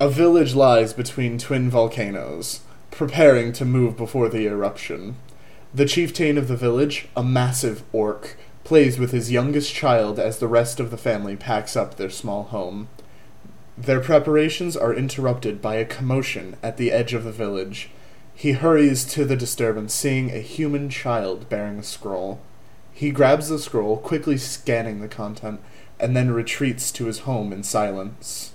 A village lies between twin volcanoes, preparing to move before the eruption. The chieftain of the village, a massive orc, plays with his youngest child as the rest of the family packs up their small home. Their preparations are interrupted by a commotion at the edge of the village. He hurries to the disturbance, seeing a human child bearing a scroll. He grabs the scroll, quickly scanning the content, and then retreats to his home in silence.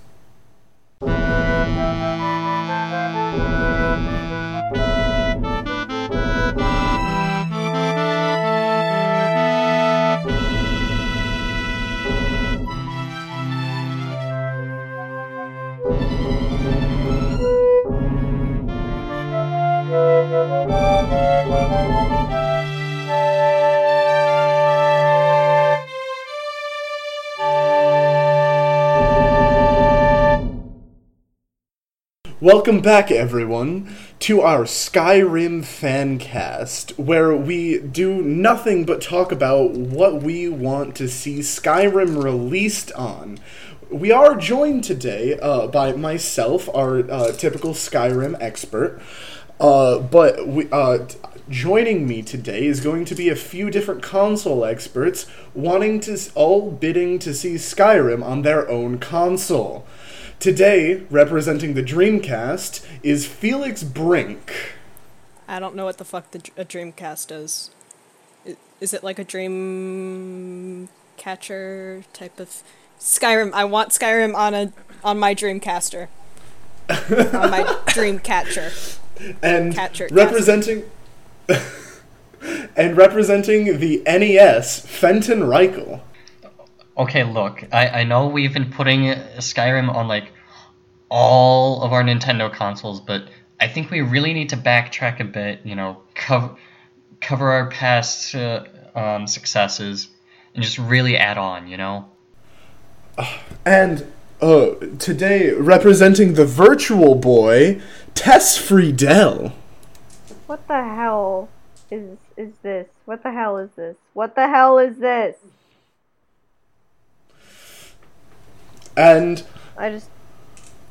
Welcome back, everyone, to our Skyrim fan cast, where we do nothing but talk about what we want to see Skyrim released on. We are joined today uh, by myself, our uh, typical Skyrim expert, uh, but we, uh, t- joining me today is going to be a few different console experts wanting to s- all bidding to see Skyrim on their own console. Today, representing the Dreamcast, is Felix Brink. I don't know what the fuck the, dr- a Dreamcast is. I- Is it like a dream catcher type of Skyrim? I want Skyrim on a on my Dreamcaster, on my dream catcher. And Catcher, representing and representing the NES, Fenton Reichel. Okay, look, I, I know we've been putting Skyrim on like all of our Nintendo consoles, but I think we really need to backtrack a bit, you know, cover cover our past uh, um, successes and just really add on, you know. And uh, today, representing the Virtual Boy, Tess Friedel. What the hell is is this? What the hell is this? What the hell is this? And I just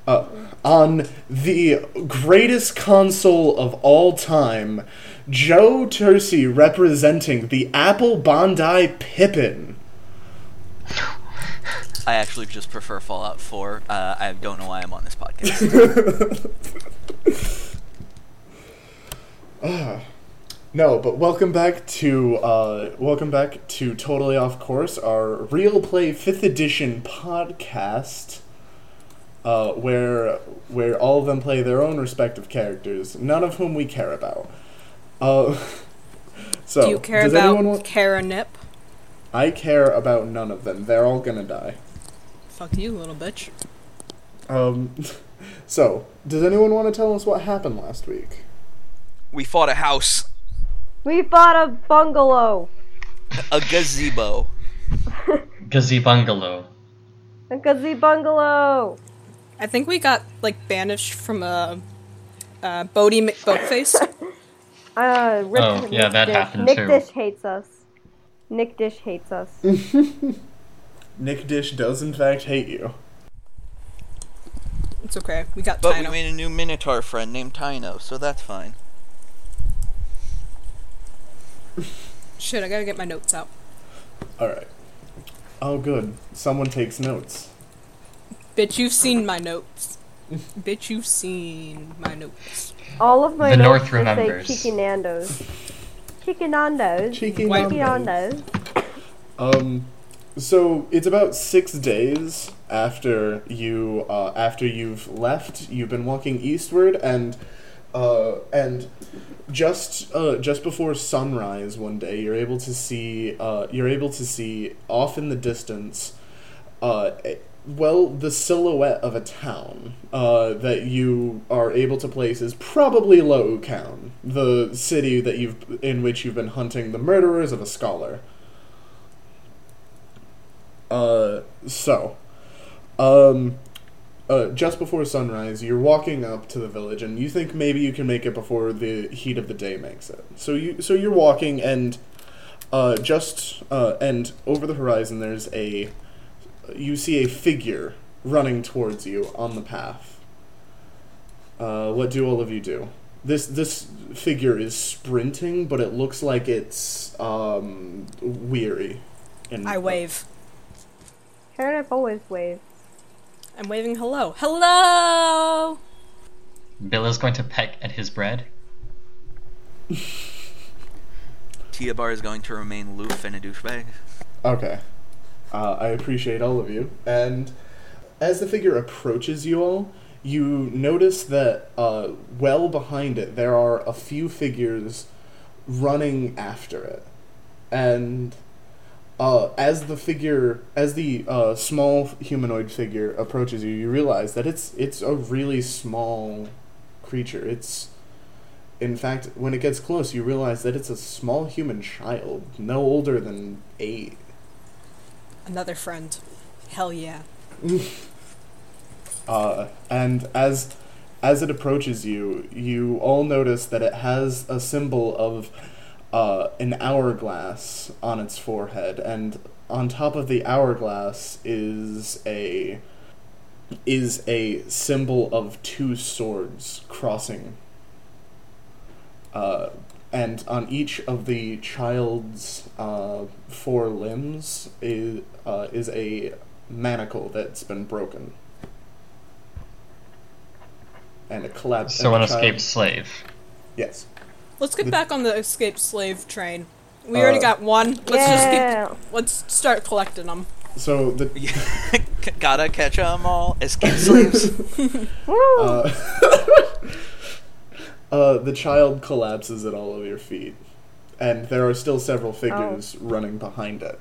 uh, on the greatest console of all time, Joe Tercey representing the Apple Bondi Pippin. I actually just prefer Fallout 4. Uh, I don't know why I'm on this podcast. No, but welcome back to uh, welcome back to Totally Off Course, our Real Play Fifth Edition podcast, uh, where where all of them play their own respective characters, none of whom we care about. Uh, so Do you care Oh. does about anyone want? Kara Nip? I care about none of them. They're all gonna die. Fuck you, little bitch. Um, so does anyone want to tell us what happened last week? we fought a house, we bought a bungalow, a gazebo. Gazee Bungalow. a gazebo bungalow. I think we got like banished from a uh, Bodie McBoatface. Uh, rip Oh, to yeah, Nick that Dish. happened Nick too. Dish hates us. Nick Dish hates us. Nick Dish does in fact hate you. it's okay. We got But Tino. we made a new Minotaur friend named Tino, so that's fine. Shit, I gotta get my notes out. All right. Oh, good. Someone takes notes. Bitch, you've seen my notes. Bitch, you've seen my notes. All of my The notes North just remembers. say Chiquinandos. Chiquinandos. Cheeky Wait. numbers. Chiquinandos. Um, so it's about six days after you uh, after you've left. You've been walking eastward, and uh, and just uh, just before sunrise one day, you're able to see uh, you're able to see off in the distance. Uh, eh, well, the silhouette of a town uh, that you are able to place is probably Lo'ukown, the city that you've in which you've been hunting the murderers of a scholar. Uh, so, um, uh, just before sunrise, you're walking up to the village, and you think maybe you can make it before the heat of the day makes it. So you, so you're walking, and uh, just uh, and over the horizon, there's a you see a figure running towards you on the path. Uh, what do all of you do? This this figure is sprinting, but it looks like it's um, weary. And I wave. Sheriff always waves. I'm waving hello. Hello! Bill is going to peck at his bread. Tia Bar is going to remain aloof and a douchebag. Okay. Uh, I appreciate all of you. And as the figure approaches you all, you notice that uh, well behind it, there are a few figures running after it. And uh, as the figure, as the uh, small humanoid figure approaches you, you realize that it's it's a really small creature. It's in fact, when it gets close, you realize that it's a small human child, no older than eight. Another friend. Hell yeah. Uh, and as as it approaches you, you all notice that it has a symbol of uh, an hourglass on its forehead, and on top of the hourglass is a is a symbol of two swords crossing. Uh, and on each of the child's uh, four limbs is uh, is a manacle that's been broken. And a collapse. So an escaped slave. Yes. Let's The- get back on the escaped slave train. We already got one. Let's just get, yeah. let's start collecting them. So the Gotta catch 'em all. Escape slaves. Woo! uh, the child collapses at all of your feet, and there are still several figures running behind it.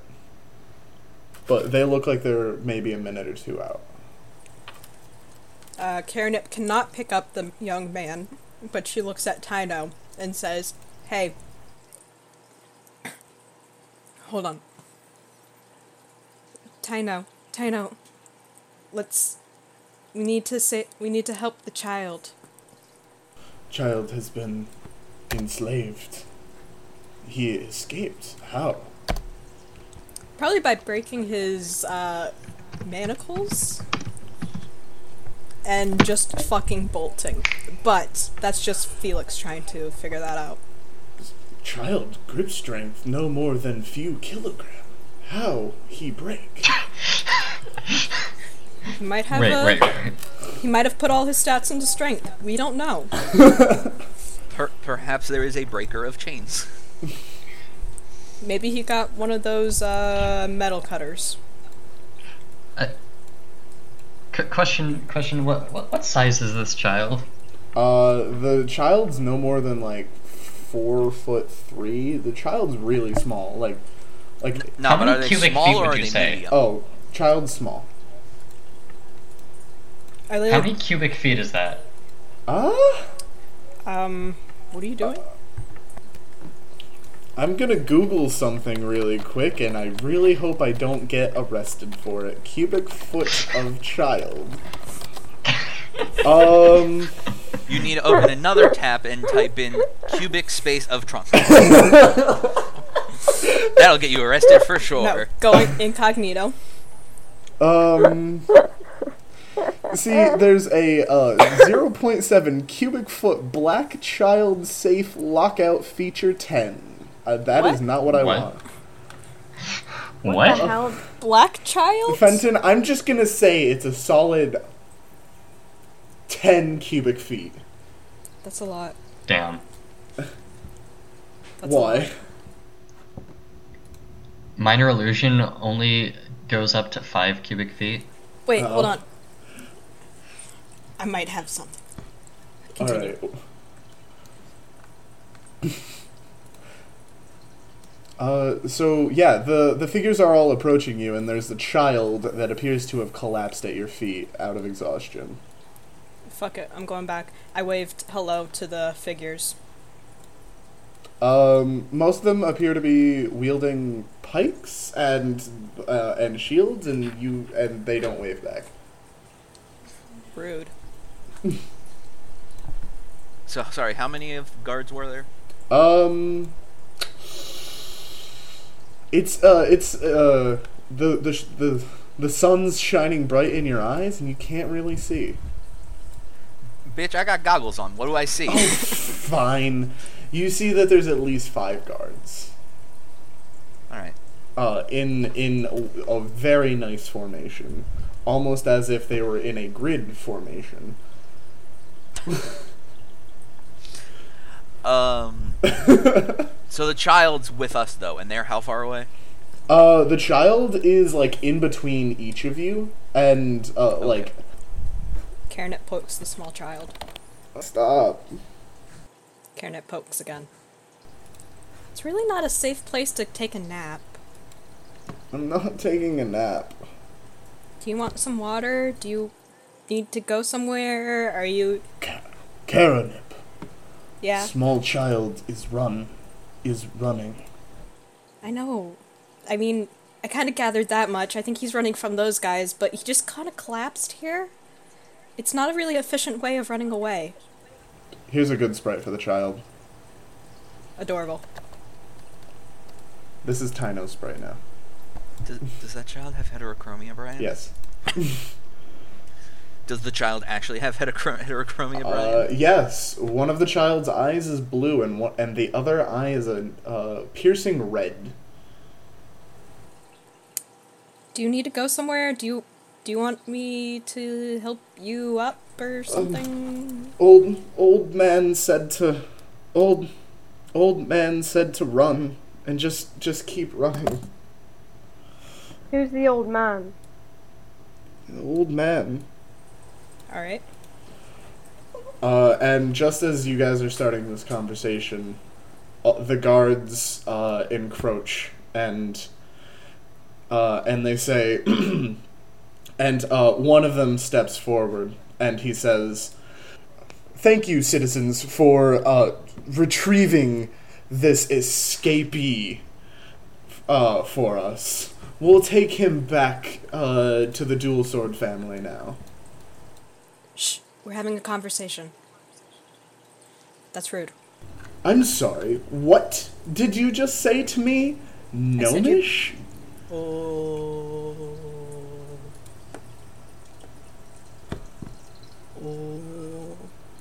But they look like they're maybe a minute or two out. Uh, Karenip cannot pick up the young man, but she looks at Tino and says, Hey. Hold on. Tino, Tino, let's. We need to say. We need to help the child. Child has been enslaved. He escaped. How? Probably by breaking his uh, manacles and just fucking bolting. But that's just Felix trying to figure that out. Child grip strength no more than few kilogram. How he break? He might have Right, a, right, right. he might have put all his stats into strength. We don't know. per- perhaps there is a breaker of chains. Maybe he got one of those uh, metal cutters. Qu- Uh, question, question. What, what, what size is this child? Uh, the child's no more than like four foot three. The child's really small. Like, like No, How but many are they cubic small feet or would are you they say? medium? oh, child's small. Are How they? many cubic feet is that? Ah, Um, what are you doing? I'm gonna Google something really quick, and I really hope I don't get arrested for it. Cubic foot of child. Um. You need to open another tab and type in cubic space of trunk. That'll get you arrested for No, sure. going incognito. Um. See, there's a uh, 0.7 cubic foot black child safe lockout feature 10. Uh, that is What? not what I What? want. What What? Oh. the hell? Black child. Fenton, I'm just gonna say it's a solid 10 cubic feet. That's a lot. Damn. That's a lot. Why? Minor illusion only goes up to five cubic feet. Wait, hold Uh-oh. on. I might have something. Continue. Alright. Uh, so yeah, the the figures are all approaching you, and there's the child that appears to have collapsed at your feet out of exhaustion. Fuck it. I'm going back. I waved hello to the figures. Um, most of them appear to be wielding pikes and uh, and shields, and you and they don't wave back. Rude. So sorry, how many of guards were there? Um, it's uh, it's uh, the the sh- the the sun's shining bright in your eyes, and you can't really see. Bitch, I got goggles on. What do I see? Oh. Fine. You see that there's at least five guards All right. uh, in in a, a very nice formation, almost as if they were in a grid formation. Um. so the child's with us though, and they're how far away? Uh, the child is like in between each of you, and uh, like Karenette pokes the small child. stop. Karenette pokes again. It's really not a safe place to take a nap. I'm not taking a nap. Do you want some water? Do you need to go somewhere? Are you. Karenip, Yeah, small child is run, is running. I know. I mean, I kind of gathered that much. I think he's running from those guys, but he just kind of collapsed here. It's not a really efficient way of running away. Here's a good sprite for the child. Adorable. This is Tino's sprite now. Does, does that child have heterochromia, Brian? Yes. Does the child actually have heterochr- heterochromia, Brian? Uh, yes. One of the child's eyes is blue, and one, and the other eye is a uh, piercing red. Do you need to go somewhere? Do you do you want me to help you up or something? Old old man said to, old, old man said to run and just just keep running. Who's the old man? Old man. All right. Uh, and just as you guys are starting this conversation, uh, the guards uh, encroach and uh, and they say, and uh, one of them steps forward and he says, "Thank you, citizens, for uh, retrieving this escapee uh, for us. We'll take him back uh, to the Dual Sword family now." Shh. We're having a conversation. That's rude. I'm sorry, what did you just say to me? said you- Gnomish? Oh.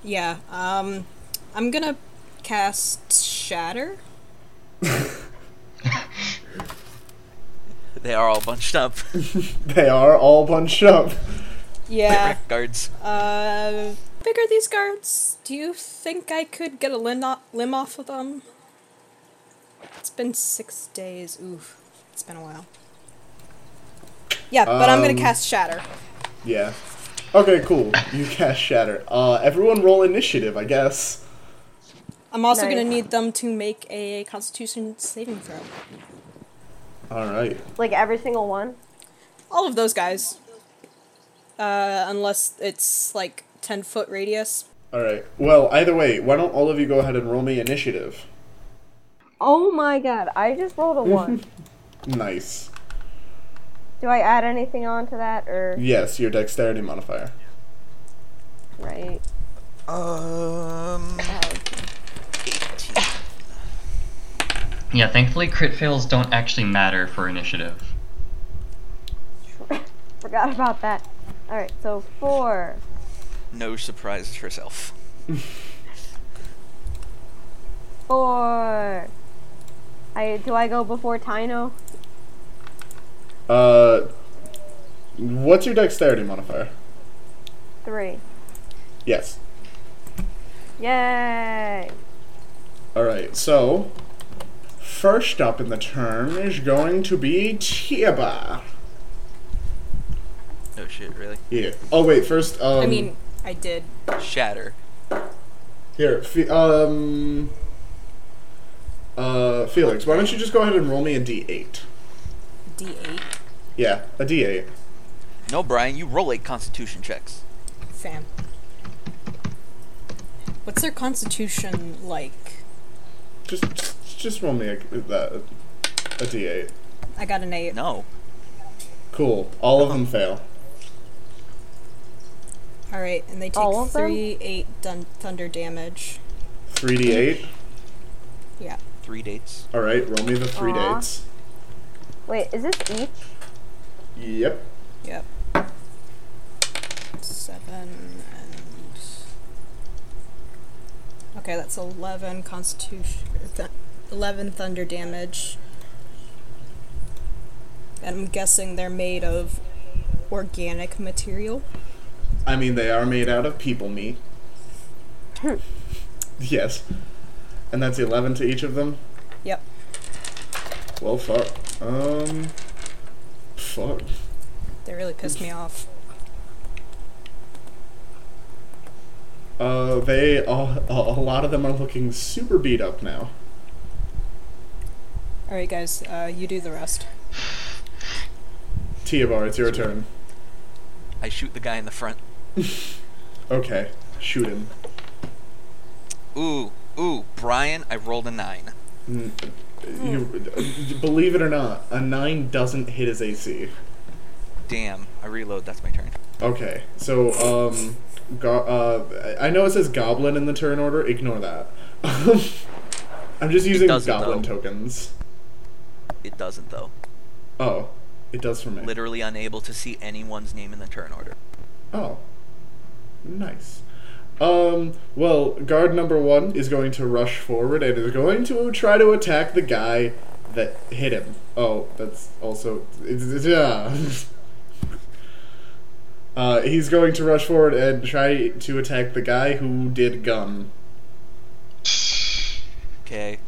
Yeah. Um, I'm gonna cast Shatter. They are all bunched up. They are all bunched up. Yeah. Guards. Uh, bigger these guards. Do you think I could get a limb off, limb off of them? It's been six days. Oof, it's been a while. Yeah, but I'm Um, gonna cast Shatter. Yeah. Okay, cool. You cast Shatter. Uh, everyone roll initiative, I guess. I'm also Nice. gonna need them to make a Constitution saving throw. Alright. Like every single one? All of those guys, uh, unless it's like ten foot radius. Alright. Well, either way, why don't all of you go ahead and roll me initiative? Oh my god, I just rolled a one. Nice. Do I add anything on to that or Yes, your dexterity modifier. right? Um. Yeah, thankfully crit fails don't actually matter for initiative. Forgot about that. Alright, so four. No surprises herself. Four. I do I go before Tino? Uh, what's your dexterity modifier? Three. Yes. Yay! Alright, so. First up in the turn is going to be Tiaba. No shit, really. Yeah. Oh wait. First, um, I mean, I did. Shatter. here, Fe- um, uh, Felix, why don't you just go ahead and roll me a D8? D8. Yeah, a D8. No, Brian, you roll eight Constitution checks. Sam. What's their constitution like? Just, just, just roll me a, that a D8. I got an eight. No. Cool. All of them fail. All right, and they take All of them? three eight dun- thunder damage. Three D8. Yeah, Three dates. All right, roll me the three Aw. dates. Wait, is this each? Yep. yep. Seven and Okay, that's 11 constitution. Th- 11 thunder damage. And I'm guessing they're made of organic material. I mean, they are made out of people meat. Hmm. yes. And that's 11 to each of them? Yep. Well, fuck. Um. Fuck. They really pissed me off. Uh, they. all a a lot of them are looking super beat up now. Alright, guys, uh, you do the rest. Tiavar, it's your turn. I shoot the guy in the front. Okay. Shoot him. Ooh, ooh, Brian, I rolled a nine. N- You, believe it or not, a 9 doesn't hit his AC. Damn, I reload. That's my turn. Okay, so um, go- uh, I I know it says goblin in the turn order. Ignore that. I'm just using doesn't, goblin though. tokens. It doesn't though. Oh, it does for me. Literally unable to see anyone's name in the turn order. Oh, nice. Um, well, guard number one is going to rush forward and is going to try to attack the guy that hit him. Oh, that's also it's, it's- yeah. Uh, he's going to rush forward and try to attack the guy who did gum. Okay.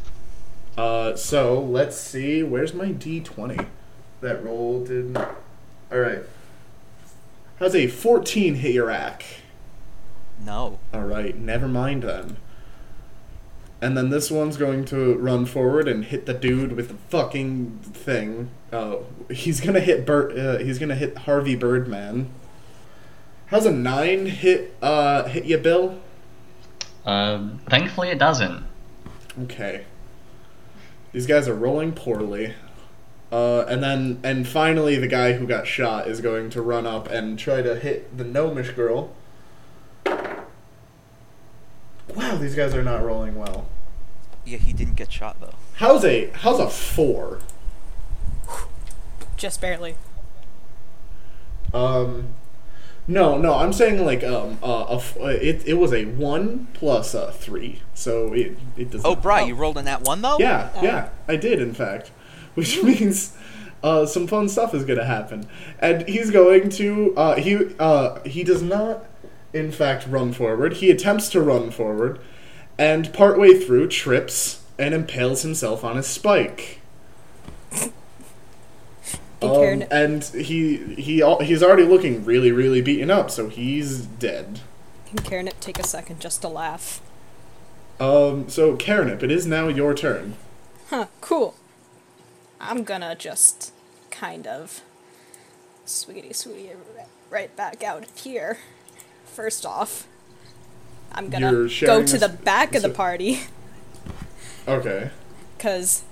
Uh, so let's see. Where's my d20? That roll did. not All right. How's a 14 hit your rack? No. All right. Never mind then. And then this one's going to run forward and hit the dude with the fucking thing. Oh, he's gonna hit Bert. Uh, he's gonna hit Harvey Birdman. How's a nine hit? Uh, hit you, Bill? Um, thankfully, it doesn't. Okay. These guys are rolling poorly. Uh, and then, and finally, the guy who got shot is going to run up and try to hit the gnomish girl. Wow, these guys are not rolling well. Yeah, he didn't get shot though. How's a how's a four? Just barely. Um, no, no, I'm saying like um uh, a f- uh, it it was a one plus a three, so it it does. Oh, not- Bri, you rolled in that one though. Yeah, yeah, I did, in fact. Which means uh, some fun stuff is going to happen. And he's going to. Uh, he, uh, he does not, in fact, run forward. He attempts to run forward, and partway through, trips and impales himself on his spike. Be Um, cared- and he he al- he's already looking really really beaten up, so he's dead. Can Karenip take a second just to laugh? Um, so Karenip, it is now your turn. Huh, cool. I'm gonna just kind of sweetie sweetie right back out of here. First off, I'm You're gonna go sharing to this- the back of the so- party, Okay. cause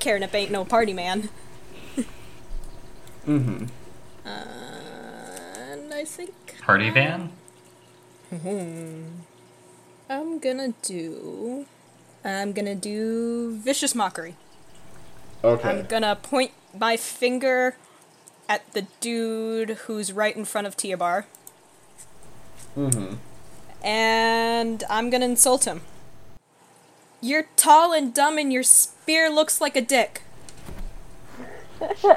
Karenip ain't no party man. Mm-hmm. And I think Party van? I'm gonna do. I'm gonna do vicious mockery. Okay. I'm gonna point my finger at the dude who's right in front of Tiabar. mm-hmm. and I'm gonna insult him. You're tall and dumb, and your spear looks like a dick.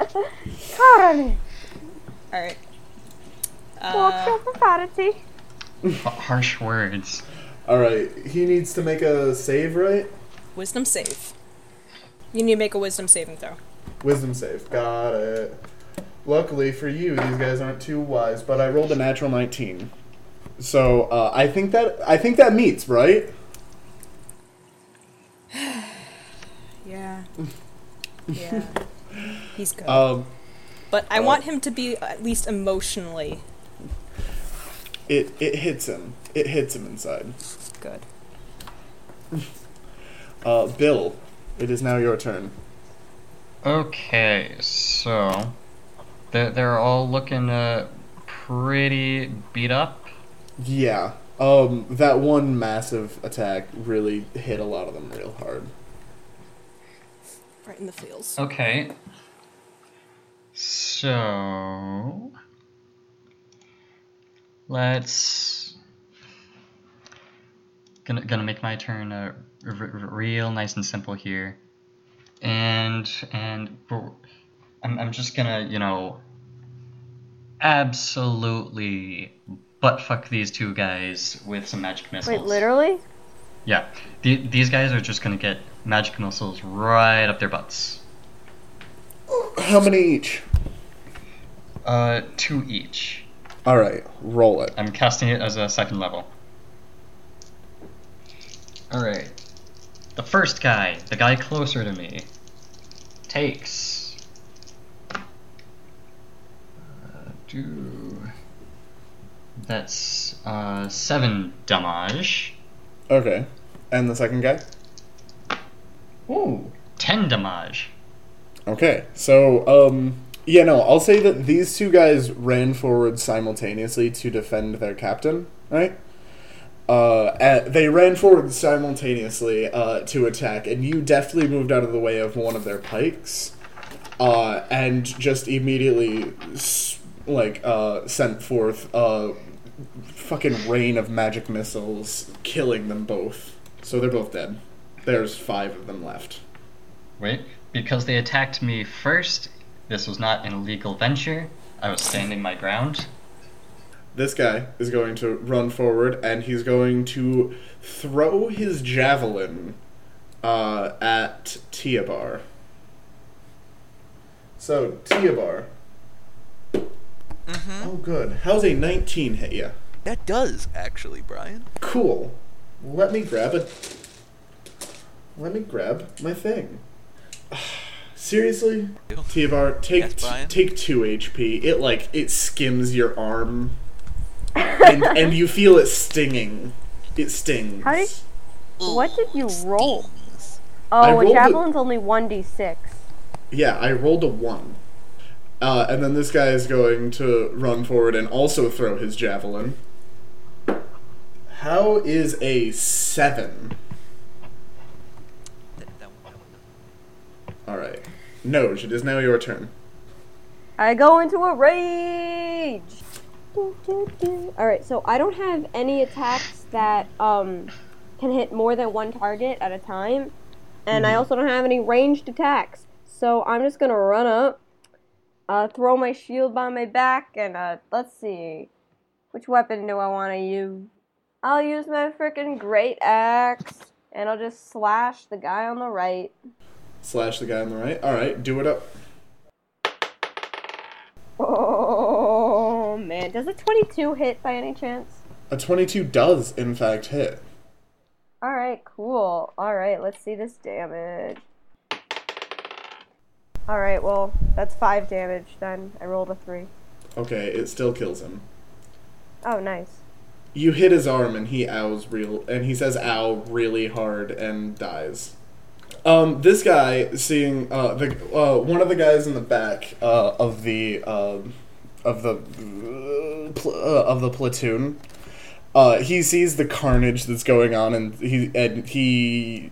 Karani, All right. walks Uh, of authority. H- harsh words. All right, he needs to make a save, right? wisdom save. You need to make a wisdom saving throw. Wisdom save. Got it. Luckily for you, these guys aren't too wise, but I rolled a natural 19. So, uh, I think that I think that meets, right? Yeah. yeah. He's good. Um, but I want him to be at least emotionally it it hits him. It hits him inside. good. Uh, Bill, it is now your turn. Okay, so they're, they're all looking uh, pretty beat up. Yeah. Um, that one massive attack really hit a lot of them real hard. Right in the feels. Okay. So let's gonna gonna make my turn uh, r- r- real nice and simple here, and and we're- I'm I'm just gonna you know absolutely butt fuck these two guys with some magic missiles. Wait, literally? Yeah, the, these guys are just gonna get magic missiles right up their butts. How many each? Uh, two each. All right, roll it. I'm casting it as a second level. Alright. The first guy, the guy closer to me, takes. Uh, do. That's uh, 7 damage. Okay, and the second guy. Ooh! 10 damage. Okay, so um, yeah, no, I'll say that these two guys ran forward simultaneously to defend their captain, right? Uh, a- they ran forward simultaneously uh, to attack, and you deftly moved out of the way of one of their pikes, uh, and just immediately s- like uh, sent forth a fucking rain of magic missiles, killing them both. So they're both dead. There's five of them left. Wait, because they attacked me first, this was not an illegal venture. I was standing my ground. this guy is going to run forward and he's going to throw his javelin uh, at Tiabar. So, Tiabar. Oh, good. How's a 19 hit ya? Mm-hmm. That does actually, Brian. Cool. Let me grab it. Let me grab my thing. Seriously, Ew. Tiabar, take Yes, t- Brian? take two HP. It like it skims your arm, and and you feel it stinging. It stings. How did- What did you roll? Stings. I Oh, rolled a a- javelin's only 1d6. Yeah, I rolled a one, uh, and then this guy is going to run forward and also throw his javelin. How is a seven? That- that one- that one. All right, Noj, it is now your turn. I go into a rage. Do, do, do. All right, so I don't have any attacks that um can hit more than one target at a time, and I also don't have any ranged attacks. So I'm just gonna run up, uh, throw my shield by my back, and uh, let's see, which weapon do I want to use? I'll use my freaking great axe, and I'll just slash the guy on the right. Slash the guy on the right. All right, do it up. Oh man, does a 22 hit by any chance? A 22 does, in fact, hit. All right, cool. All right, let's see this damage. All right, well, that's five damage then. I rolled a three. Okay, it still kills him. Oh, nice. You hit his arm and he ows real and he says ow really hard and dies. Um, this guy seeing uh, the uh, one of the guys in the back uh, of the um of the uh, pl- uh, of the platoon. Uh, he sees the carnage that's going on and he and he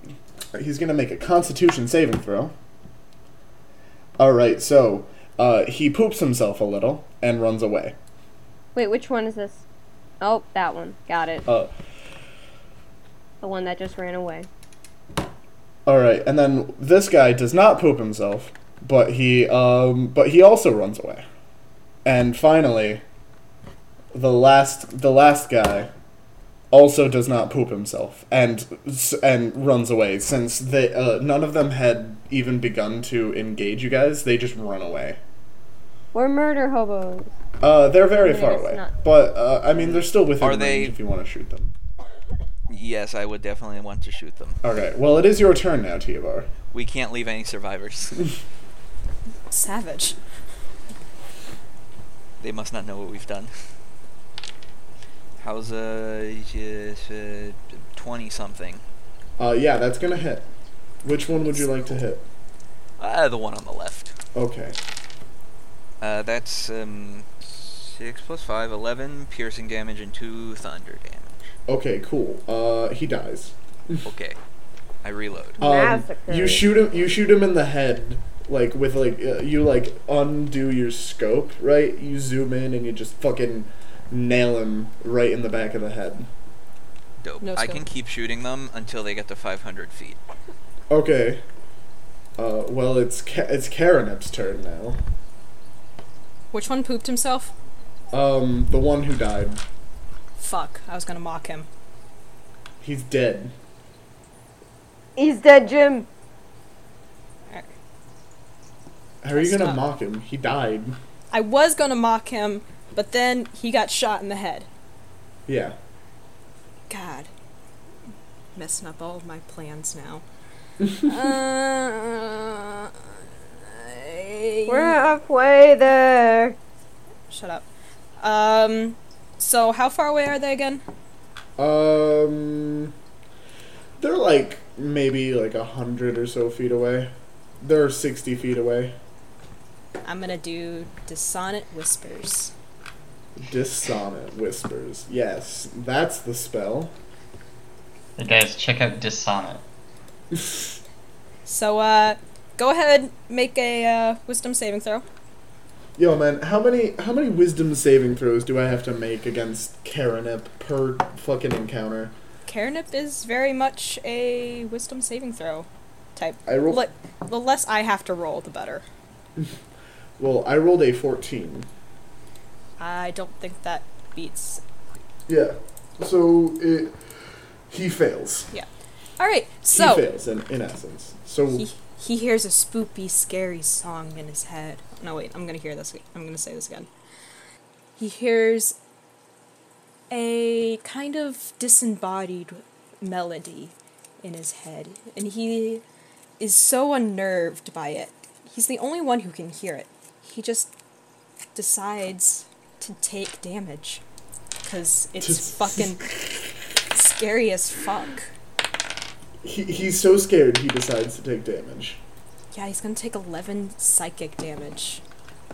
he's gonna make a Constitution saving throw. All right, so uh, he poops himself a little and runs away. Wait, which one is this? Oh, that one. Got it. Uh, The one that just ran away. All right, and then this guy does not poop himself, but he um, but he also runs away. And finally, the last the last guy also does not poop himself and s- and runs away since they uh, none of them had even begun to engage you guys. They just run away. We're murder hobos. Uh, they're very They're far just away, not- but uh, I mean they're still within Are range they- if you want to shoot them. Yes, I would definitely want to shoot them. Okay, well it is your turn now, Tiabar. We can't leave any survivors. Savage. they must not know what we've done. How's uh, a twenty something? Uh, yeah, that's gonna hit. Which one would you like to hit? Uh, the one on the left. Okay. Uh, that's um, six plus five, eleven piercing damage and two thunder damage. Okay, cool. Uh, he dies. Okay, I reload. Um, Massacre. you shoot him. You shoot him in the head, like with like uh, you like undo your scope, right? You zoom in and you just fucking nail him right in the back of the head. Dope. No I skill. can keep shooting them until they get to 500 feet. Okay. Uh, well, it's Ka- it's Karanep's turn now. Which one pooped himself? Um, the one who died, Fuck, I was gonna mock him. he's dead. He's dead, Jim. Alright. How are you That's gonna not- mock him? He died. I was gonna mock him, but then he got shot in the head. Yeah. God. Messing up all of my plans now. uh, I- We're halfway there. Shut up. Um, so how far away are they again? Um, they're like maybe like a hundred or so feet away. They're sixty feet away. I'm gonna do Dissonant Whispers. Dissonant whispers. Yes, that's the spell. Hey guys, check out Dissonant. So, uh, go ahead, make a uh, Wisdom saving throw. Yo, man, how many how many wisdom saving throws do I have to make against Karanip per fucking encounter? Karanip is very much a Wisdom saving throw type. I roll. Look, the less I have to roll, the better. Well, I rolled a fourteen. I don't think that beats. Yeah. So it he fails. All right, he so fails in, in essence. So he, he hears a spoopy, scary song in his head. No, wait, I'm gonna hear this. I'm gonna say this again. He hears a kind of disembodied melody in his head, and he is so unnerved by it. He's the only one who can hear it. He just decides to take damage because it's Just- fucking scary as fuck. he, he's so scared he decides to take damage. Yeah, he's gonna take 11 psychic damage.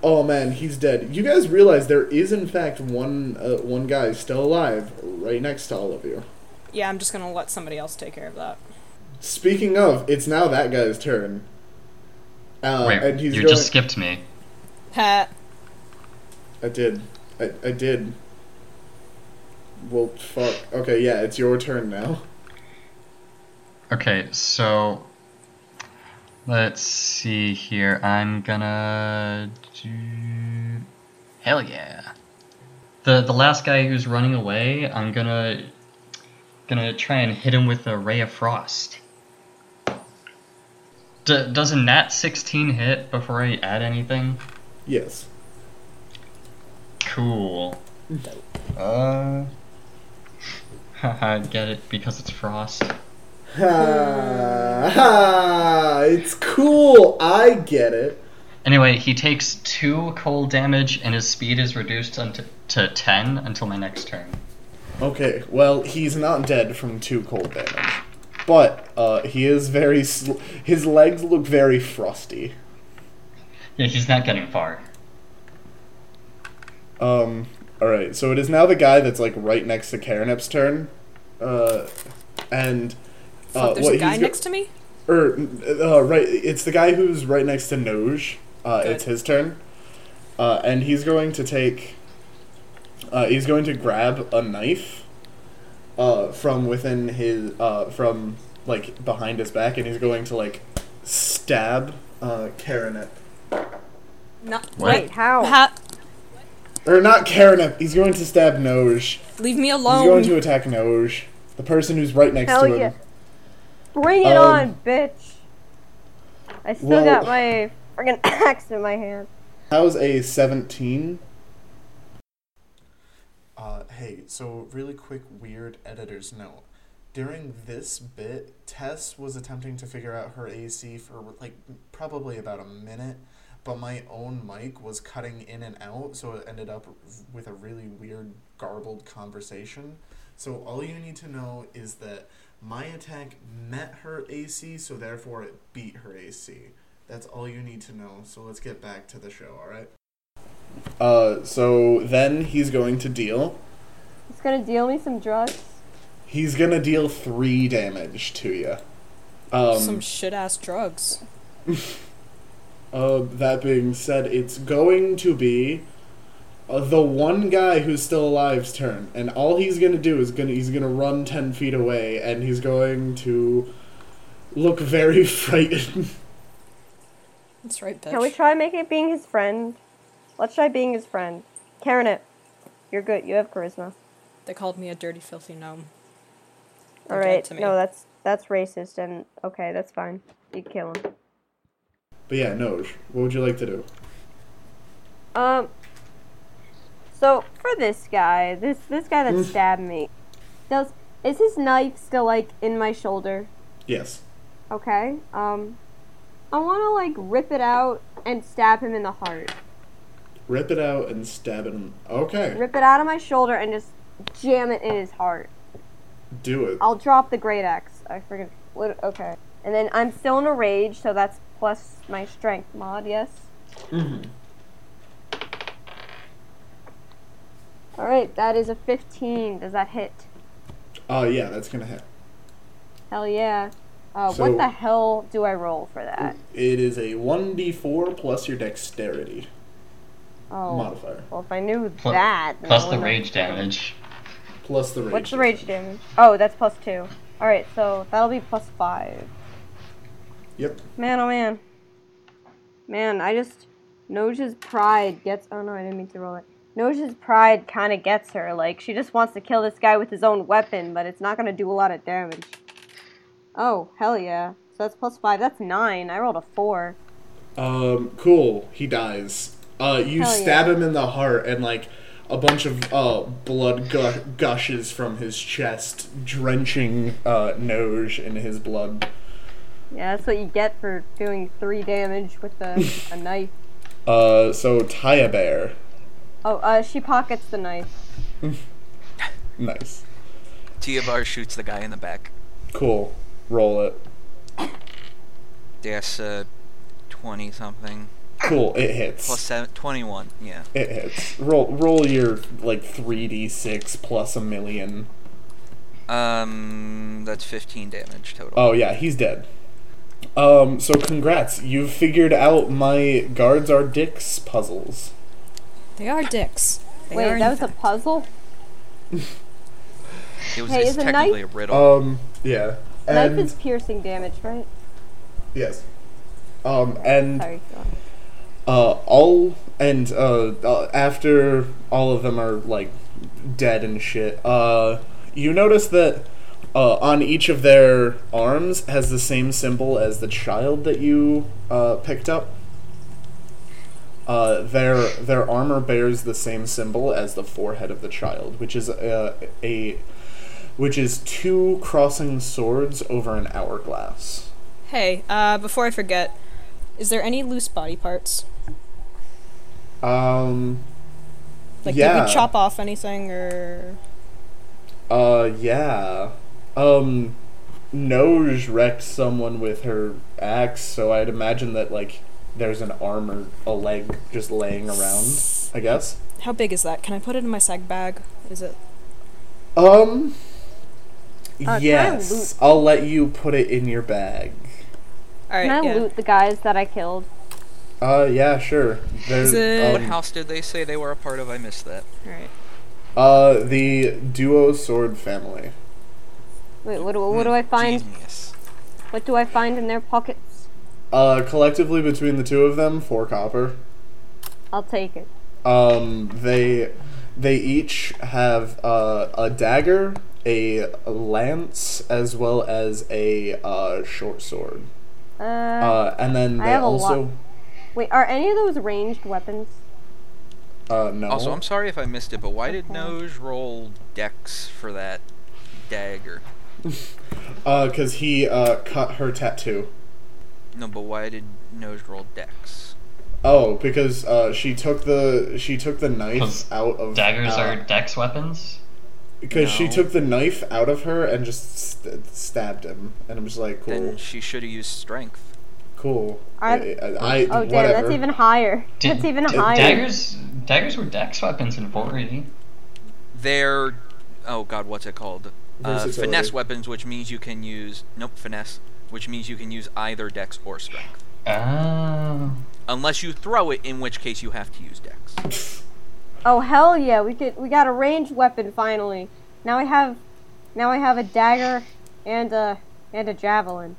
Oh man, he's dead. You guys realize there is in fact one uh, one guy still alive right next to all of you. Yeah, I'm just gonna let somebody else take care of that. Speaking of, it's now that guy's turn. Uh, Wait, and he's you going. just skipped me. Ha! I did. I, I did. Well, fuck. Okay, yeah, it's your turn now. Okay, so let's see here. I'm gonna do hell yeah. The the last guy who's running away, I'm gonna gonna try and hit him with a ray of frost. D- does a nat 16 hit before I add anything? Yes. Cool. Uh. Haha, get it because it's frost. Ha, ha, it's cool. I get it. Anyway, he takes two cold damage, and his speed is reduced unto, to ten until my next turn. Okay, well, he's not dead from too cold damage, but uh, he is very. Sl- his legs look very frosty. Yeah, he's not getting far. Um. All right. So it is now the guy that's like right next to Karanep's turn, uh, and Fuck, uh, there's what a guy he's next to me? to or uh, right. It's the guy who's right next to Noj. Uh, Good. it's his turn, uh, and he's going to take. Uh, he's going to grab a knife, uh, from within his uh from like behind his back, and he's going to like stab uh Karanep. Not. What? Wait, how? Ha! Or not Karanep. He's going to stab Noj. Leave He's me going alone! to attack Noj, the person who's right next Oh. Hell to him. yeah. Bring it Um, on, bitch. I still well- got my friggin' axe in my hand. How's a 17? Uh, hey, so really quick, weird editor's note. During this bit, Tess was attempting to figure out her AC for like probably about a minute, but my own mic was cutting in and out, so it ended up with a really weird, garbled conversation. So all you need to know is that my attack met her AC, so therefore it beat her AC. That's all you need to know. So let's get back to the show, all right? Uh, so then he's going to deal. It's gonna deal me some drugs. He's gonna deal three damage to you. Um, Some shit ass drugs. uh, that being said, it's going to be uh, the one guy who's still alive's turn, and all he's gonna do is gonna he's gonna run ten feet away, and he's going to look very frightened. That's right, bitch. Can we try making it being his friend? Let's try being his friend. Karen it. You're good. You have charisma. they called me a dirty, filthy gnome. They All did right. to me. No, that's that's racist and okay, that's fine. You kill him. but yeah, Noj, what would you like to do? Um. So for this guy, this this guy that Mm. stabbed me, does is his knife still like in my shoulder? Yes. Okay. Um, I want to like rip it out and stab him in the heart. Rip it out and stab it in. Okay, Rip it out of my shoulder and just jam it in his heart. do it. I'll drop the great axe. I forget what. Okay. And then I'm still in a rage, so that's plus my strength mod. Yes. Mm-hmm. All right, that is a 15. Does that hit? Oh yeah, that's gonna hit. Hell yeah. Uh, So- what the hell do I roll for that? It is a one d four plus your dexterity Oh, modifier well, if I knew Pl- that. then I plus the wouldn't- rage damage. plus the rage. What's the rage damage? Oh, that's plus two. All right, so that'll be plus five. Yep. Man, oh man. Man, I just Noja's pride gets. Oh no, I didn't mean to roll it. Noja's pride kind of gets her. Like she just wants to kill this guy with his own weapon, but it's not gonna do a lot of damage. Oh hell yeah! So that's plus five. That's nine. I rolled a four. Um, cool. He dies. Uh, you Hell stab him in the heart, and like a bunch of uh blood gu- gushes from his chest, drenching uh Noj in his blood. Yeah, that's what you get for doing three damage with a, a knife. Uh, so Taya Bear, Oh, uh, she pockets the knife. nice, Tiavar shoots the guy in the back. cool. Roll it. That's uh, 20 something. Cool. It hits. Plus seven, 21, yeah. It hits. Roll. Roll your like three d six plus a million. Um, that's 15 damage total. Oh yeah, he's dead. Um, so congrats. You've figured out my guards are dicks puzzles. They are dicks. They are Wait, in that was a fact- puzzle. it was hey, it's is a technically a riddle. Um, yeah. Knife And is piercing damage, right? yes. Um, and Sorry. go on. uh, all and uh, uh, after all of them are like dead and shit. Uh, you notice that uh, on each of their arms has the same symbol as the child that you uh, picked up. Uh, their their armor bears the same symbol as the forehead of the child, which is uh, a which is two crossing swords over an hourglass. Hey, uh, before I forget, is there any loose body parts? Um, Like, did Yeah. we chop off anything or. Uh, yeah. Um, Noj wrecked someone with her axe, so I'd imagine that, like, there's an arm or a leg just laying around, I guess. How big is that? Can I put it in my sag bag? Is it. Um, Uh, can I yes. I'll let you put it in your bag. Alright, Can I yeah. loot the guys that I killed? Uh, yeah, sure. There's, Is it- what um, house did they say they were a part of? I missed that. Alright. uh, the Duo Sword family. Wait, what do, what do I find? Genius. What do I find in their pockets? Uh, collectively between the two of them, four copper. I'll take it. Um, they they each have uh, a dagger, a lance, as well as a uh, short sword. Uh, Uh, and then I they have a also wait, are any of those ranged weapons? uh, no. Also, I'm sorry if I missed it, but why did Noj roll dex for that dagger? because he uh, cut her tattoo. No, but why did Noj roll dex? Oh, because uh, she took the she took the knife 'Cause out of Daggers uh, are dex weapons. because she No. took the knife out of her and just st- stabbed him. And I'm just like, cool, Then she should have used strength. cool. Are- I, I, I- Oh, damn, whatever. that's even higher. Did- that's even did higher. Daggers, daggers were dex weapons in 4E. They're. Oh, God, what's it called? Uh, Versatility. finesse weapons, which means you can use. Nope, finesse. Which means you can use either dex or strength. Oh. Unless you throw it, in which case you have to use dex. Oh hell yeah, we could we got a ranged weapon finally. Now I have now I have a dagger and a and a javelin.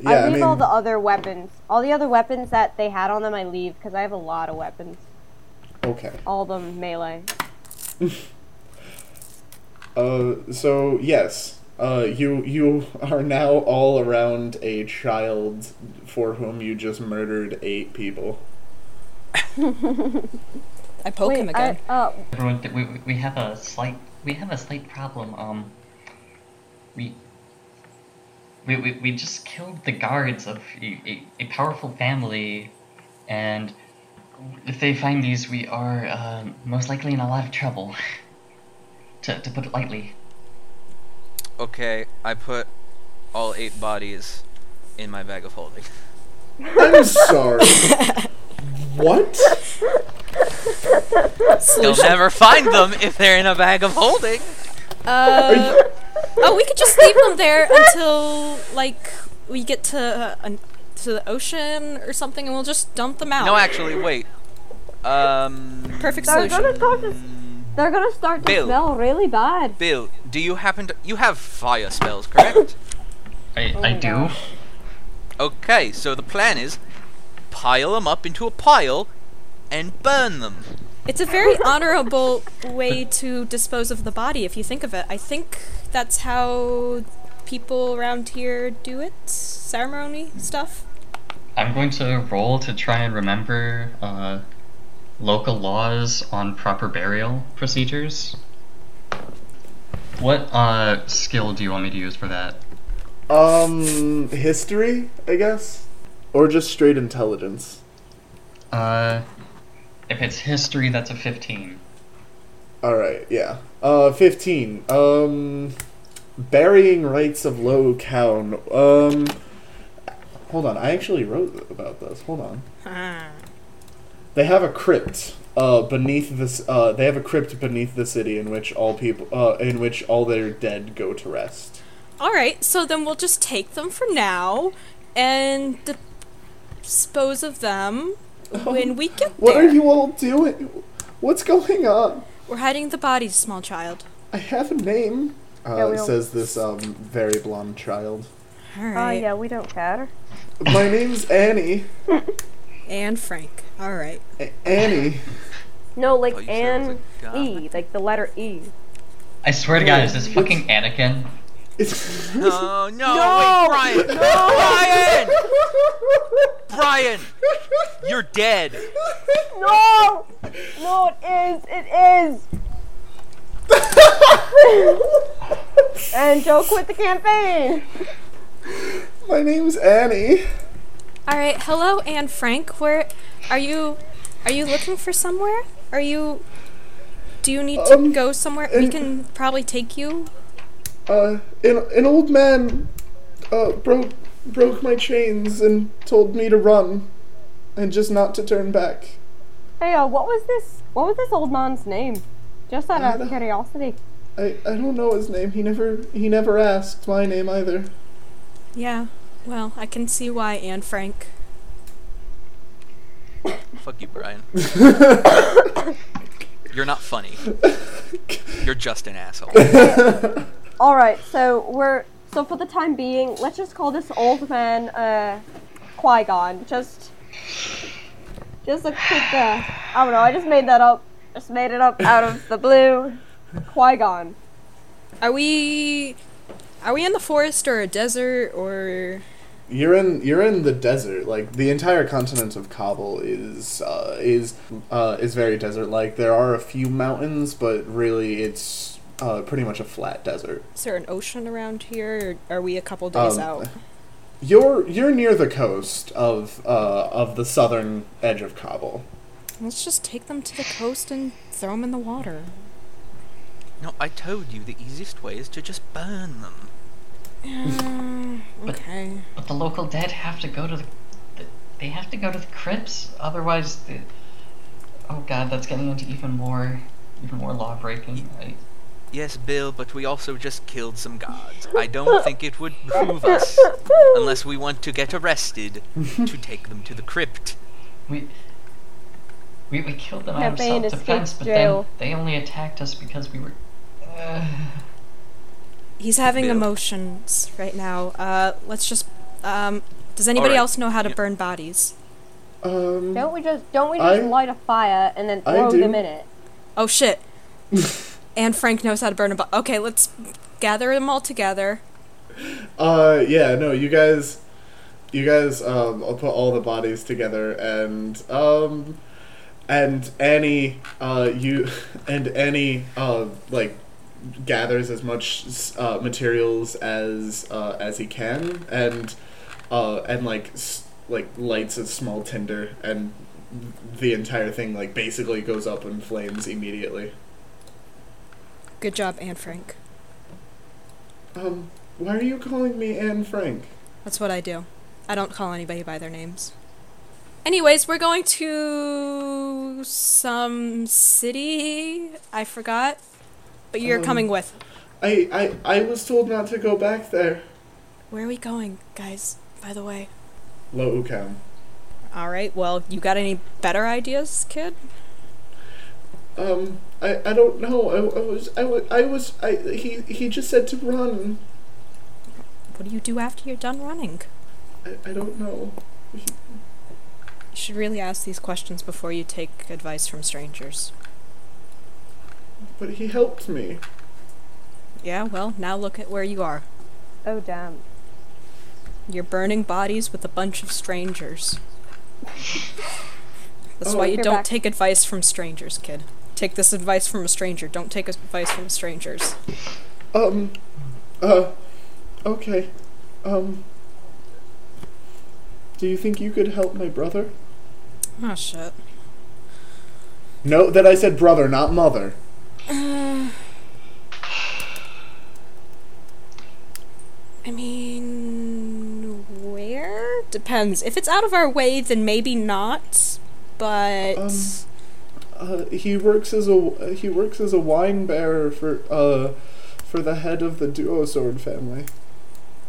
Yeah, I I, leave mean, all the other weapons. All the other weapons that they had on them I leave because I have a lot of weapons. okay. All of them melee. Uh, so yes, uh, you you are now all around a child for whom you just murdered eight people. I poke Wait, him I- again. uh, Everyone, th- we, we have a slight we have a slight problem. Um, we we, we, we just killed the guards of a, a, a powerful family, and if they find these, we are uh, most likely in a lot of trouble. to to put it lightly. Okay, I put all eight bodies in my bag of holding. I'm sorry. what? They'll Solution. never find them if they're in a bag of holding. Are Uh, you- oh, we could just leave them there until like we get to uh, an, to the ocean or something, and we'll just dump them out. No, actually, wait. Um, Oh. Perfect they're solution. gonna start to they're gonna start to Bill. smell really bad. Bill, do you happen to you have fire spells, correct? I, I do. Okay, so the plan is pile them up into a pile and burn them. It's a very honorable way to dispose of the body, if you think of it. I think that's how people around here do it ceremony stuff. I'm going to roll to try and remember uh, local laws on proper burial procedures. What uh, skill do you want me to use for that? Um, history, I guess, or just straight intelligence. Uh, if it's history, that's a 15. All right, yeah. Uh, fifteen. Um, burying rights of low count. Um, hold on. I actually wrote about this. Hold on. They have a crypt uh, beneath this. Uh, they have a crypt beneath the city in which all people, uh, in which all their dead go to rest. Alright, so then we'll just take them for now and dispose of them when we get What there. are you all doing? What's going on? We're hiding the bodies, small child. I have a name. Uh, Yeah, we don't- says this um, very blonde child. Ah, Alright. Oh yeah, we don't care. My name's Annie. And Frank. Alright. A- Annie. No, like Oh, you said it was N a god. E, like the letter E. I swear to God, is this fucking Anakin? It's- No, no, wait, Brian! Brian! Brian! You're dead! No! No, it is! It is! and Joe quit the campaign! My name's Annie. Alright, hello Anne Frank. Where are you are you looking for somewhere? Are you do you need to Um, go somewhere? We in- can probably take you. Uh, an, an old man uh, broke broke my chains and told me to run and just not to turn back. Hey, uh, what was this? What was this old man's name? Just out Nada. of curiosity. I, I don't know his name. He never he never asked my name either. Yeah. Well, I can see why Anne Frank. Fuck you, Brian. You're not funny. You're just an asshole. Alright, so we're. So for the time being, let's just call this old man, uh, Qui Gon. Just. Just a quick, uh. I don't know, I just made that up. Just made it up out of the blue. Qui Gon. Are we are we in the forest or a desert or You're in you're in the desert. Like the entire continent of Kabul is uh, is uh, is very desert like. There are a few mountains, but really it's uh, pretty much a flat desert. is there an ocean around here or are we a couple days Um, out? You're you're near the coast of uh, of the southern edge of Kabul. Let's just take them to the coast and throw them in the water. No, I told you the easiest way is to just burn them. Mm, okay. But the local dead have to go to the. They have to go to the crypts, otherwise, the, oh god, that's getting into even more, even more law breaking. I, Yes, Bill, but we also just killed some gods. I don't think it would behoove us, unless we want to get arrested, to take them to the crypt. we, We, we killed them out of Campaign self escaped defense, but jail. then they only attacked us because we were. Uh, He's having Bill. emotions right now. Uh, let's just. Um, does anybody Alright. else know how to Yeah. burn bodies? Um, Don't we just don't we just I- light a fire and then I throw do. them in it? Oh shit. and Frank knows how to burn a body. Okay, let's gather them all together. Uh, yeah, no, you guys, you guys, um, I'll put all the bodies together, and um, and Annie, uh, you, and Annie, uh, like, gathers as much uh, materials as uh, as he can, and uh, and like s- like lights a small tinder, and the entire thing like basically goes up in flames immediately. Good job, Anne Frank. Um, why are you calling me Anne Frank? That's what I do. I don't call anybody by their names. Anyways, we're going to some city. I forgot. But you're Um, coming with. I, I I was told not to go back there. Where are we going, guys? By the way. Low Ukam. All right. Well, you got any better ideas, kid? Um, I, I don't know. I, I was I was I was I he he just said to run. What do you do after you're done running? I, I don't know. You should really ask these questions before you take advice from strangers. But he helped me. Yeah, well, now look at where you are. Oh damn. You're burning bodies with a bunch of strangers. That's Oh. why you You're don't back. take advice from strangers, kid. Take this advice from a stranger. Don't take advice from strangers. Um uh okay. Um Do you think you could help my brother? Oh shit. Note that I said brother, not mother. I mean, where? Depends. If it's out of our way, then maybe not. But Um, Uh, he works as a he works as a wine bearer for uh for the head of the Duosword family.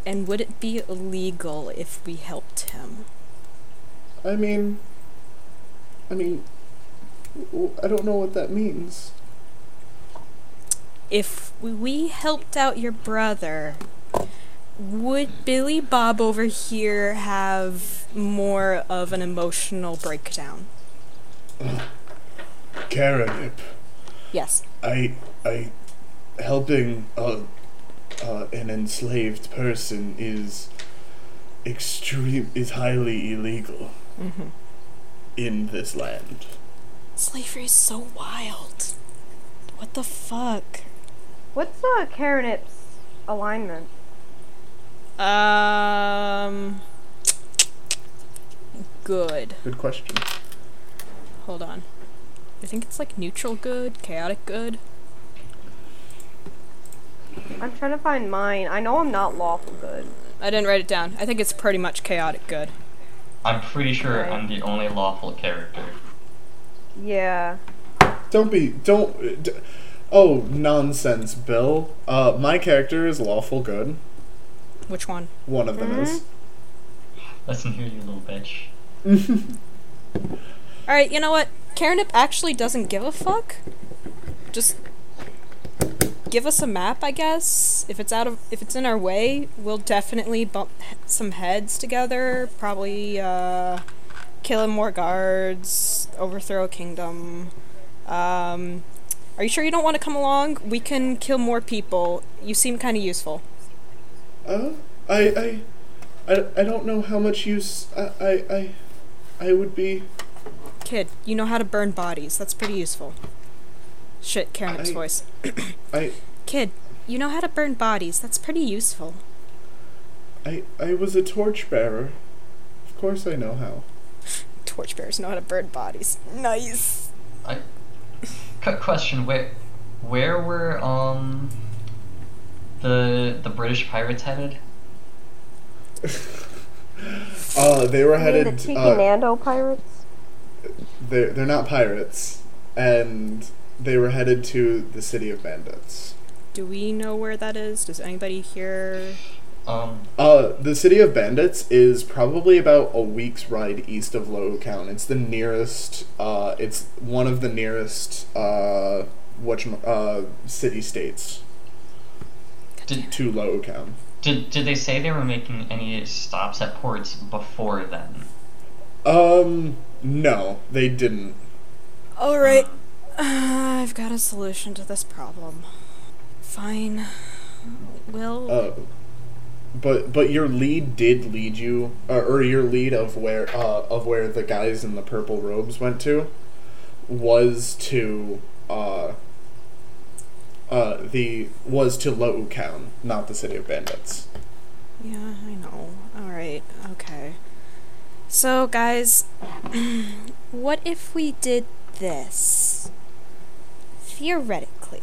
and would it be illegal if we helped him? I mean, I mean, w- I don't know what that means. If we helped out your brother, would Billy Bob over here have more of an emotional breakdown? Karanip, Yes. I, I, helping uh, uh, an enslaved person is extreme is highly illegal Mm-hmm. in this land. Slavery is so wild. What the fuck? What's uh Karenip's alignment? Um. Good. Good question. Hold on. I think it's like neutral good, chaotic good. I'm trying to find mine. I know I'm not lawful good. I didn't write it down. I think it's pretty much chaotic good. I'm pretty sure Right. I'm the only lawful character. Yeah. Don't be don't. D- oh nonsense, Bill. Uh, my character is lawful good. Which one? One of them is. Listen here, you little bitch. Alright, you know what? Karenip actually doesn't give a fuck. Just give us a map, I guess. If it's out of if it's in our way, we'll definitely bump he- some heads together, probably uh kill more guards, overthrow a kingdom. Um are you sure you don't want to come along? We can kill more people. You seem kind of useful. Uh, I, I, I, I don't know how much use I, I, I, I would be. Kid, you know how to burn bodies. That's pretty useful. Shit, Karenip's I- voice. I, Kid, you know how to burn bodies. That's pretty useful. I, I was a torchbearer. Of course, I know how. Torchbearers know how to burn bodies. Nice. I. Quick question. Where, where were um. The the British pirates headed? Uh, they were I mean, the headed. Tiki Uh, Nando pirates. they they're not pirates, and they were headed to the city of bandits. Do we know where that is? Does anybody here Um, Uh, the city of bandits is probably about a week's ride east of Lowtown. It's the nearest. Uh, it's one of the nearest. Uh, what uh, city states did, to Lowtown. did did they say they were making any stops at ports before then? Um, no, they didn't. All right, Uh, I've got a solution to this problem. Fine. Will Uh, but but your lead did lead you, or, or your lead of where uh, of where the guys in the purple robes went to, was to uh, uh, the was to Lowtown, not the city of bandits. Yeah, I know. All right. Okay. So, guys, what if we did this? Theoretically,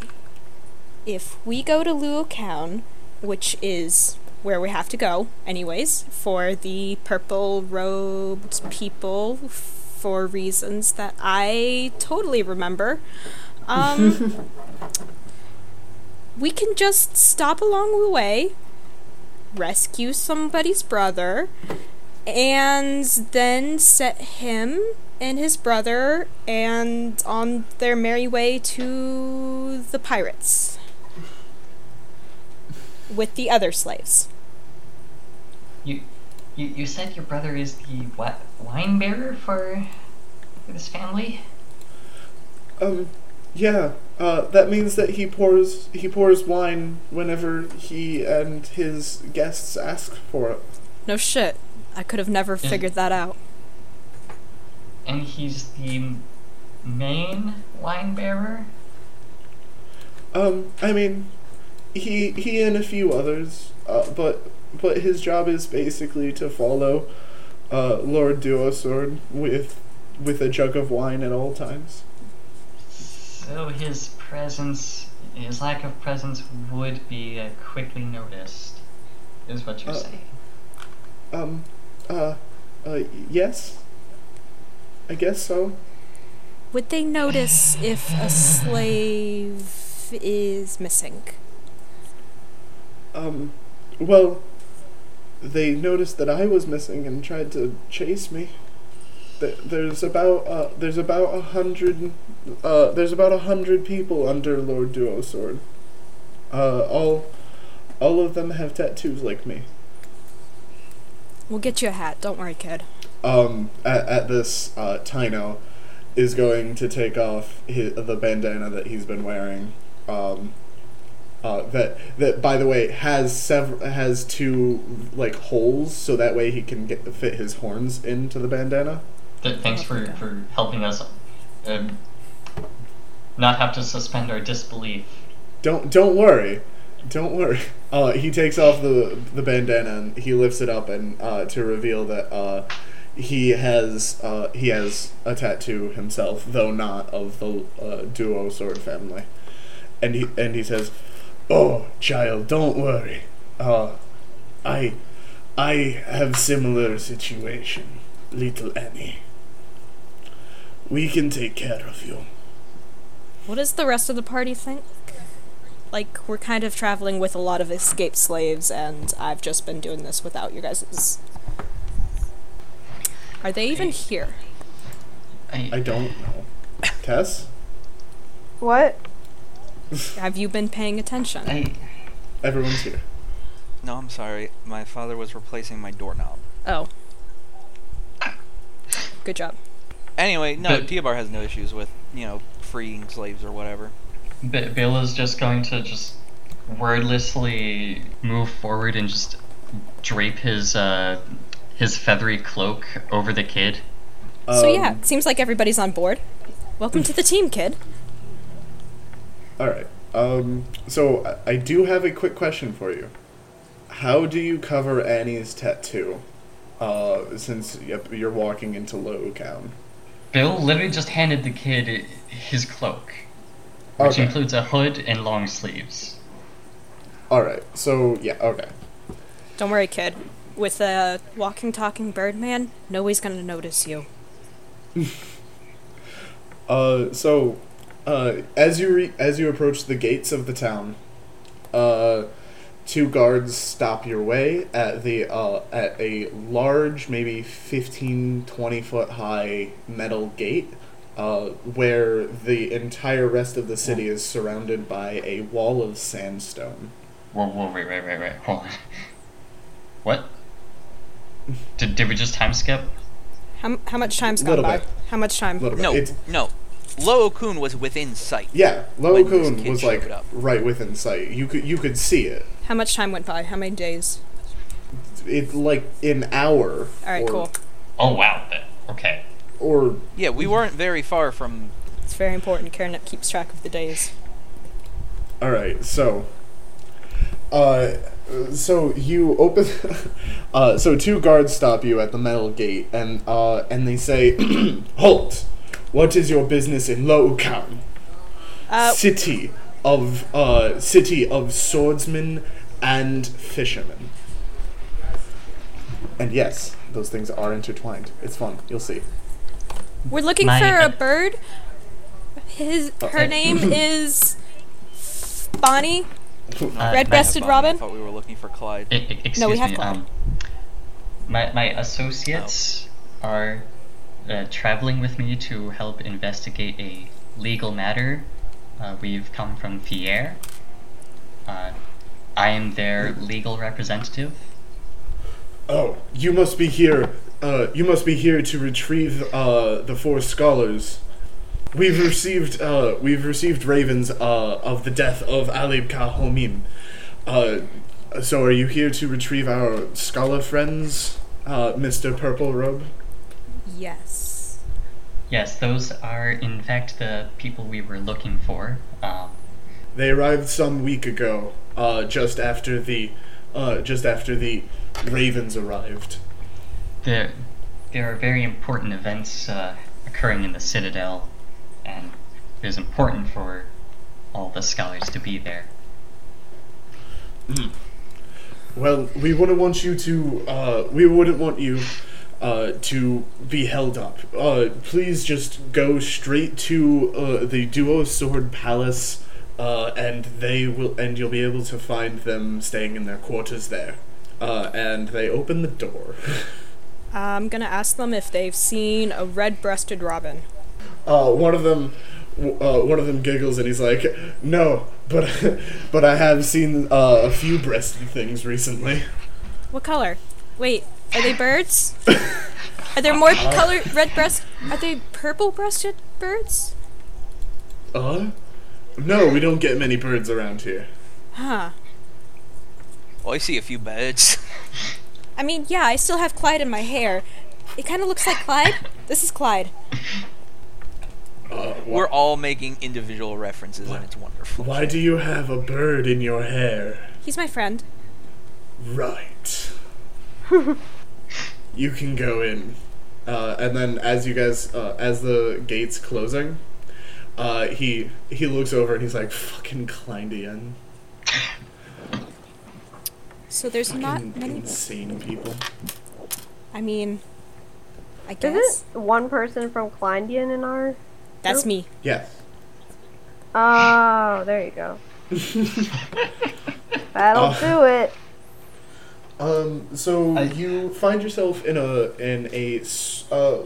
if we go to Luocown, which is where we have to go, anyways, for the purple robed people for reasons that I totally remember, um, we can just stop along the way rescue somebody's brother and then set him and his brother and on their merry way to the pirates with the other slaves. You, you you said your brother is the what wine bearer for, for this family. Um, yeah. Uh, that means that he pours he pours wine whenever he and his guests ask for it. No shit. I could have never Yeah. figured that out. and he's the main wine bearer. Um, I mean, he he and a few others, uh, but but his job is basically to follow uh, Lord Duosword with with a jug of wine at all times. So his presence, his lack of presence, would be uh, quickly noticed, is what you're Uh, saying. Um, uh, uh, yes, I guess so. Would they notice if a slave is missing? Um, well, they noticed that I was missing and tried to chase me. Th- There's about uh, there's about a hundred uh, there's about a hundred people under Lord Duosword. Uh, all all of them have tattoos like me. We'll get you a hat. Don't worry, kid. Um, at, at this uh, Tino is going to take off his, the bandana that he's been wearing. Um, uh, that that by the way has several has two like holes so that way he can get fit his horns into the bandana. Th- thanks for, okay. for helping us um, not have to suspend our disbelief. Don't don't worry, don't worry. Uh, he takes off the the bandana and he lifts it up and uh, to reveal that uh, he has uh, he has a tattoo himself, though not of the uh, duo sword family. And he and he says, "Oh, child, don't worry. Uh, I I have similar situation, little Annie. We can take care of you." What does the rest of the party think? Like, we're kind of traveling with a lot of escaped slaves, and I've just been doing this without you guys. Are they even here? I don't know. Tess. What? Have you been paying attention? I, Everyone's here. No, I'm sorry. My father was replacing my doorknob. Oh. Good job. Anyway, no, But- Diabar has no issues with, you know, freeing slaves or whatever. B- Bill is just going to just wordlessly move forward and just drape his uh, his feathery cloak over the kid. so, Um, yeah, seems like everybody's on board. Welcome to the team, kid. All right. Um, so I- I do have a quick question for you. How do you cover Annie's tattoo? Uh, since yep, you're walking into Lowtown. Bill literally just handed the kid i- his cloak, which Okay. includes a hood and long sleeves. All right. So yeah. Okay. Don't worry, kid. With a walking, talking birdman, nobody's gonna notice you. Uh, so, uh, as you re- as you approach the gates of the town, uh, Two guards stop your way at the uh, at a large, maybe 15, 20 foot high metal gate, uh, where the entire rest of the city is surrounded by a wall of sandstone. Whoa, whoa, wait, wait, wait, wait, hold on. What? Did, did we just time skip? How, how much time's gone Little by? bit. How much time? Little bit. No, It's- no. Lo Okun was within sight. yeah, When this Locoon kid was showed like up. right within sight. You could you could see it. How much time went by? How many days? It like an hour. All right, or, cool. Oh wow, that, okay. Or Yeah, we weren't very far from. It's very important. Karen keeps track of the days. All right, so, uh, so you open, uh, so two guards stop you at the metal gate, and uh, and they say, "Halt! What is your business in Lokan, Uh, city of uh, city of swordsmen and fishermen?" And yes, those things are intertwined. It's fun. You'll see. we're looking My- for a bird. His her Okay. name is Bonnie. Uh, Red-breasted Matt Bonnie. Robin? I thought we were looking for Clyde. E- e- excuse No, we have me. Clyde. Um, my my associates are uh, traveling with me to help investigate a legal matter. Uh, we've come from Fier. Uh, I am their legal representative. Oh, you must be here. Uh, you must be here to retrieve uh, the four scholars. We've received uh, we've received ravens uh, of the death of Alib Kahomim. Uh, so, are you here to retrieve our scholar friends, uh, Mister Purple Robe? Yes. Yes, those are in fact the people we were looking for. Um, They arrived some week ago, uh, just after the uh, just after the ravens arrived. there, there are very important events uh, occurring in the Citadel, and it is important for all the scholars to be there. Well, we wouldn't want you to. Uh, we wouldn't want you uh, to be held up. Uh, please just go straight to uh, the Duo Sword Palace, uh, and they will, and you'll be able to find them staying in their quarters there. Uh, and they open the door. I'm gonna ask them if they've seen a red-breasted robin. Uh, one of them, uh, one of them giggles, and he's like, "No, but, but I have seen uh, a few breasted things recently." What color? Wait, are they birds? are there more color red breast? Are they purple-breasted birds? Uh, no, we don't get many birds around here. Huh. Oh, I see a few birds. I mean, yeah, I still have Clyde in my hair. It kind of looks like Clyde. This is Clyde. Uh, We're all making individual references, and it's wonderful. Why do you have a bird in your hair? He's my friend. Right. you can go in. Uh, and then as you guys, uh, as the gate's closing, uh, he he looks over and he's like, fucking Kleindian. So there's not Fucking many. insane people. I mean, I Is guess it one person from Kleindian in our? that's me. Yeah. Oh, there you go. That'll Oh. do it. Um, so I- you find yourself in a in a s- uh,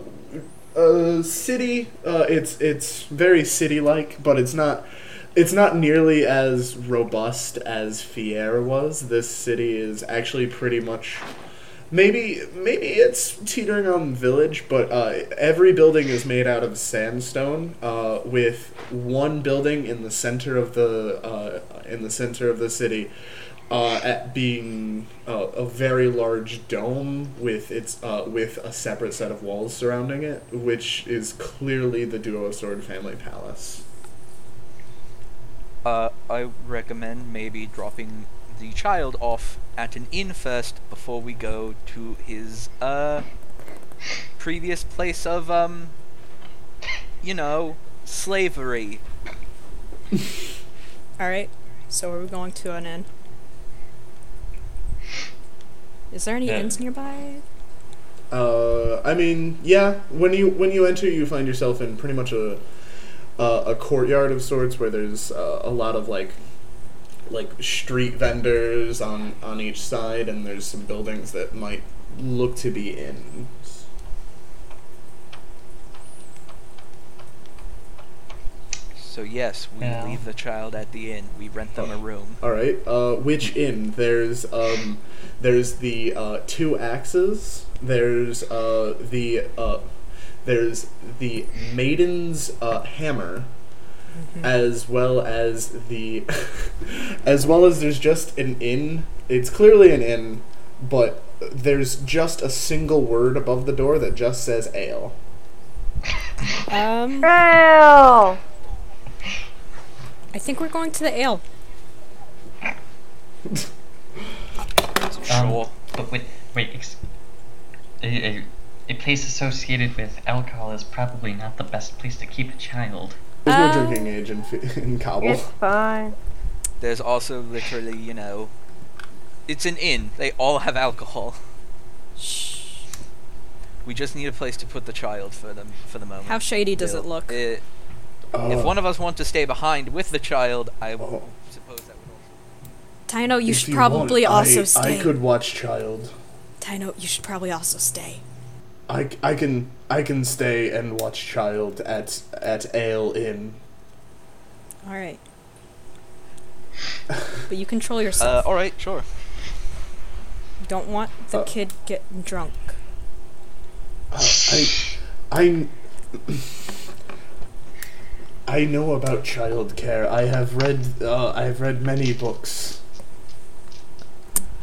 a city. Uh, it's it's very city like, but it's not it's not nearly as robust as Fier was. This city is actually pretty much maybe maybe it's teetering on village, but uh, every building is made out of sandstone, uh, with one building in the center of the uh, in the center of the city. Uh, at being uh, a very large dome with its uh, with a separate set of walls surrounding it, which is clearly the Duo Sword Family Palace. Uh, I recommend maybe dropping the child off at an inn first before we go to his uh previous place of um you know slavery. All right. So are we going to an inn? Is there any Yeah. inns nearby? Uh, I mean, yeah. When you when you enter, you find yourself in pretty much a uh, a courtyard of sorts where there's uh, a lot of like like street vendors on on each side, and there's some buildings that might look to be inns. So yes, we Yeah. leave the child at the inn. We rent them a room. All right. Uh, which inn? There's um, there's the uh, two axes. There's uh, the uh, there's the maiden's uh, hammer, Mm-hmm. as well as the, as well as there's just an inn. It's clearly an inn, but there's just a single word above the door that just says ale. Um, Oh. Trail. I think we're going to the ale. Sure. But wait, wait. Ex- a, a, a place associated with alcohol is probably not the best place to keep a child. There's Uh, no drinking age in, Fi- in Kabul. It's fine. There's also literally, you know, it's an inn. They all have alcohol. Shh. We just need a place to put the child for them for the moment. How shady does it They'll- look? it- Uh, if one of us want to stay behind with the child, I w- Oh. suppose that would. also- Tino, you if should you probably want, also I, stay. I could watch child. Tino, you should probably also stay. I, I can I can stay and watch child at at Ale Inn. All right. but you control Uh, yourself. all right, sure. You don't want the Uh, kid getting drunk. I I I know about childcare. I have read uh, I have read many books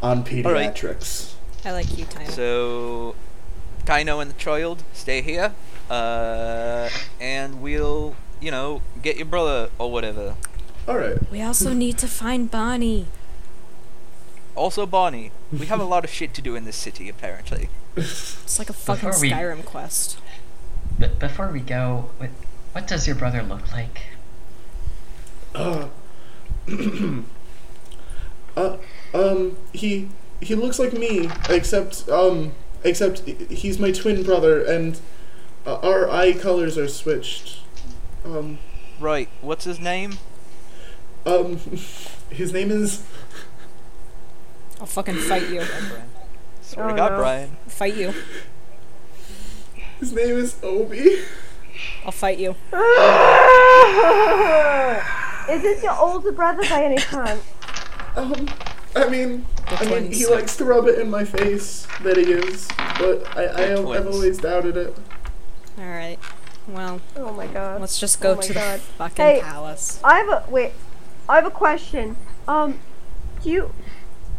on right. pediatrics. I like you, Tino. So, Tino and the child stay here, uh, and we'll, you know, get your brother or whatever. All right. we also need to find Bonnie. Also, Barney. We have a lot of shit to do in this city, apparently. It's like a fucking Before we- Skyrim quest. But before we go, what, what does your brother look like? Uh, uh, um, he he looks like me, except um, except he- he's my twin brother, and uh, our eye colors are switched. Um, Right, what's his name? um, his name is I'll fucking fight you. Swear Oh, to God, no. Brian. fight you. his name is Obi. I'll fight you. Is this your older brother by any chance? Um, I mean, The I mean, he twins. likes to rub it in my face that he is, but I, I have, I've twins. always doubted it. All right. Well, Oh my god. let's just go Oh my to God. the fucking Hey. palace. I have a wait. I have a question. Um, do you?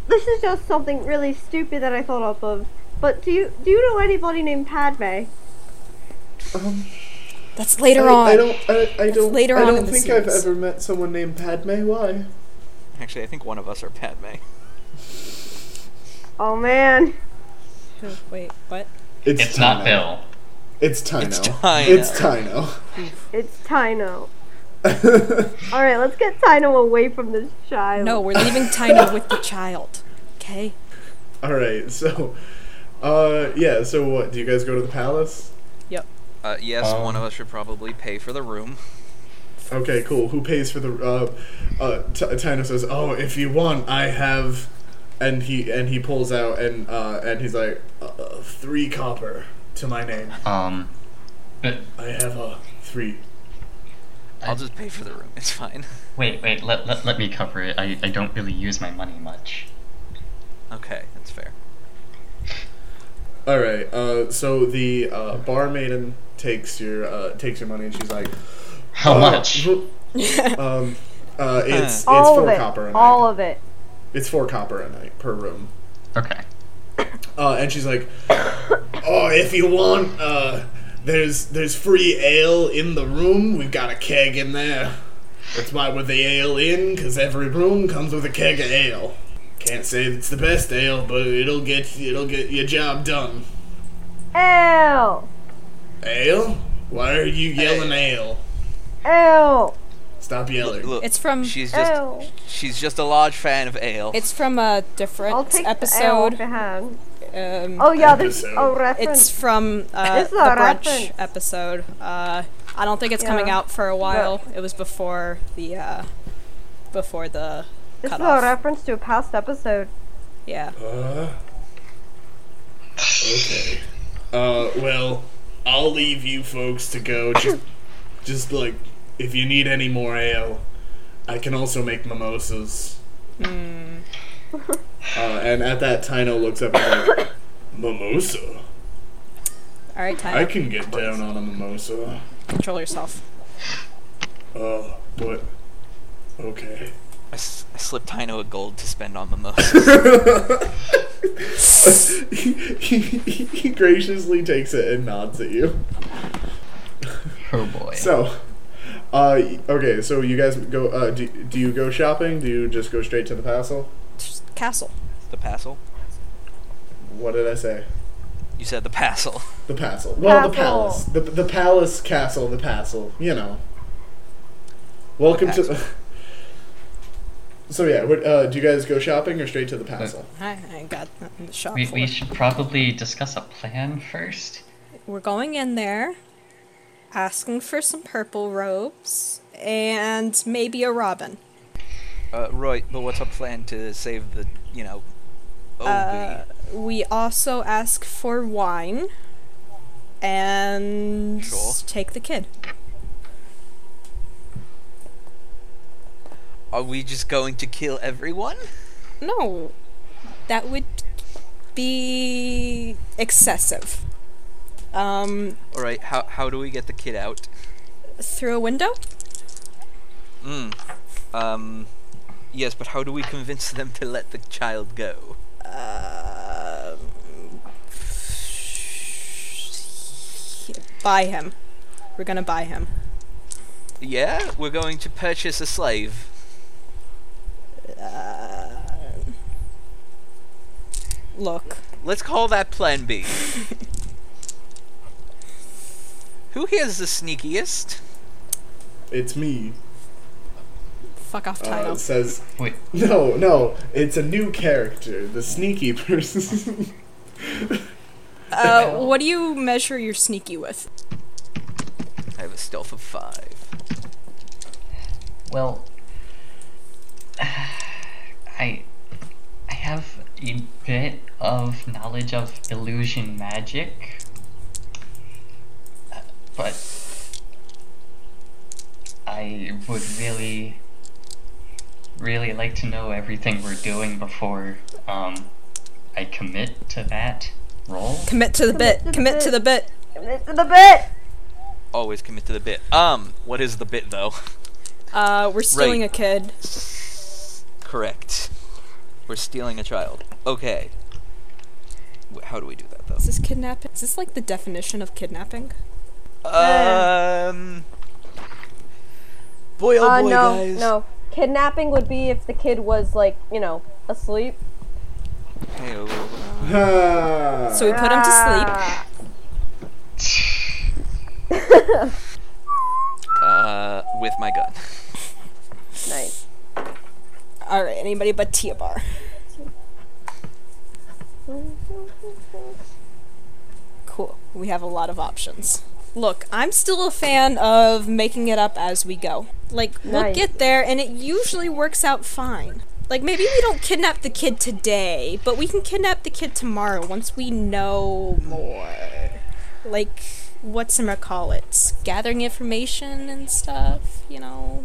This is just something really stupid that I thought up of. But do you do you know anybody named Padme? Um, That's later I, on. I don't, I, I don't, later I on don't in the think I've series. ever met someone named Padme. Why? Actually, I think one of us are Padme. Oh man. Who- Wait, what? It's Tino. not Bill. It's Tino. It's It's Tino. It's Tino. All right, let's get Tino away from this child. No, we're leaving Tino with the child. Okay. All right. So, uh, yeah. So what? Do you guys go to the palace? Uh, yes, one Um. of us should probably pay for the room. Okay. Cool. Who pays for the? Uh, uh, T- Tino says, "Oh, if you want, I have." And he and he pulls out and uh, and he's like, uh, uh, three copper to my name. Um, but I have a three. I'll just pay for the room. It's fine. wait, wait. Let, let, let me cover it. I, I don't really use my money much. Okay, that's fair. All right. Uh, so the uh, barmaiden takes your uh, takes your money and she's like, How "Uh, much? Um, uh, it's it's all four of it. copper a night. All of it. It's four copper a night per room. Okay. Uh, and she's like, "Oh, if you want, uh, there's there's free ale in the room. We've got a keg in there. That's why we're the ale in, because every room comes with a keg of ale. Can't say it's the best ale, but it'll get it'll get your job done. Ew. Ale? Why are you yelling ale? Ew. Stop yelling. Look, It's from she's Oh. just Ew. she's just a large fan of ale. it's from a I'll different take episode. the ale off your hand. Um, Oh yeah, this Episode. oh reference. It's from uh, This is the a brunch reference. episode. Uh, I don't think it's coming Yeah. out for a while. It was before the uh, before the This cut is a off. reference to a past episode. Yeah. Uh, okay. Uh, well, I'll leave you folks to go. Just, just like, if you need any more ale, I can also make mimosas. Hmm. Uh, and at that, Tino looks up and goes, Mimosa? All right, time. I can get down on a mimosa. Control yourself. Uh, but, okay. I, s- I slipped Tino a gold to spend on mimosas. he, he, he graciously takes it and nods at you. Oh boy. So, uh, okay, so you guys go. Uh, do, do you go shopping? Do you just go straight to the castle? Castle. the passel. What did I say? You said the passel. The castle. Well, the Castle. palace. The, the palace, castle, the castle. You know. Welcome to. Castle. so yeah, what, uh, do you guys go shopping or straight to the castle? I, I ain't got nothing to shop We, for. we should probably discuss a plan first. We're going in there, asking for some purple robes and maybe a robin. Uh, right, but what's our plan to save the, you know, oh, Uh, we also ask for wine and Sure. take the kid. are we just going to kill everyone? No, that would be excessive. Um, All right, how how do we get the kid out? through a window? Mm. Um, yes, but how do we convince them to let the child go? Uh, buy him. We're gonna buy him. Yeah, we're going to purchase a slave. Uh, Look, Let's call that Plan B. Who here is the sneakiest? It's me. fuck off, Uh, Tino. it says Wait, no, no. It's a new character, the sneaky person. Uh, what do you measure your sneaky with? I have a stealth of five. well, I I have a bit of knowledge of illusion magic, uh, but I would really really like to know everything we're doing before um, I commit to that role. Commit to the bit. Commit to the bit. This is the bit. Always commit to the bit. Um, what is the bit though? Uh, we're stealing Right. a kid. Correct. We're stealing a child. Okay. Wh- How do we do that Is though? this kidnapping? Is this like the definition of kidnapping? Um. Boy, oh uh, boy, no, guys. no. Kidnapping would be if the kid was like, you know, asleep. Hey, oh. So we put him to sleep. Uh, with my gun. Nice. All right, anybody but Tia Bar. Cool. We have a lot of options. Look, I'm still a fan of making it up as we go. Like, we'll Nice. get there, and it usually works out fine. Like, maybe we don't kidnap the kid today, but we can kidnap the kid tomorrow once we know more. Like, what's in call it? Gathering information and stuff, you know?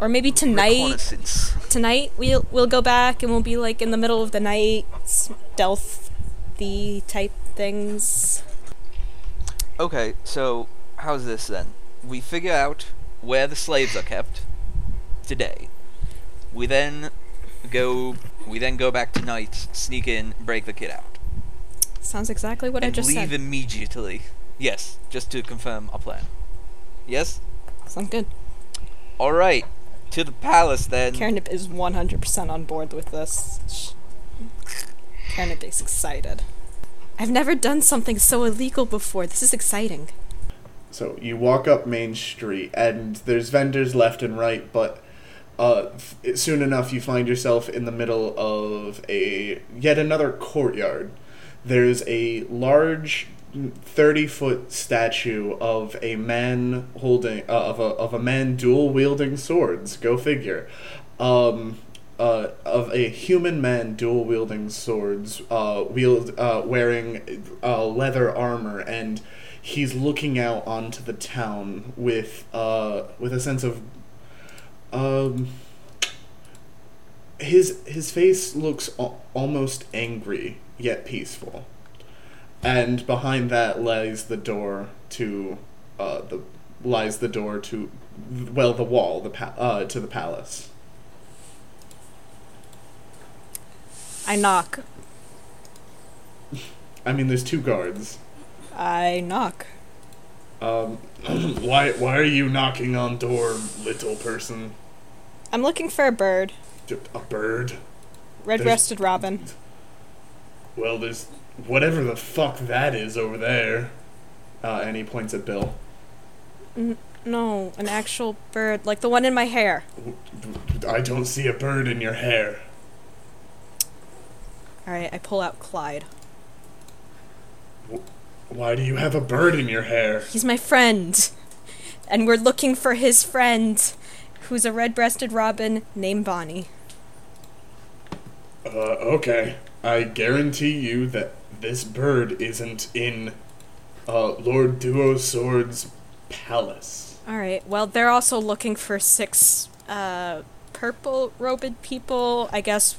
Or maybe tonight Reconnaissance. tonight we'll we'll go back and we'll be like in the middle of the night stealth the type things Okay, so how's this then? We figure out where the slaves are kept today. We then go. We then go back tonight, sneak in, break the kid out, sounds exactly what i and just leave said immediately. Yes, just to confirm our plan. Yes. sounds good All right. To the palace then. Karenip is 100% on board with this Sh- Karenip is excited i've never done something so illegal before this is exciting So you walk up Main Street, and there's vendors left and right, but uh, f- soon enough you find yourself in the middle of a yet another courtyard. There's a large, thirty foot statue of a man holding uh, of a of a man dual wielding swords. Go figure. um, uh, of a human man dual wielding swords, uh, wield uh, wearing uh, leather armor, and he's looking out onto the town with uh, with a sense of um, his his face looks al- almost angry yet peaceful, and behind that lies the door to uh, the lies the door to well the wall the pa- uh, to the palace. I knock. I mean, there's two guards. I knock. Um, why why are you knocking on door, little person? I'm looking for a bird. A bird. Red breasted robin. Well, there's whatever the fuck that is over there. Uh, and he points at Bill. No, an actual bird. Like the one in my hair. I don't see a bird in your hair. Alright, I pull out Clyde. Why do you have a bird in your hair? He's my friend. And we're looking for his friend, who's a red breasted robin named Bonnie. Uh, okay. I guarantee you that this bird isn't in uh, Lord Duosword's palace. Alright, well, they're also looking for six uh, purple robed people. I guess,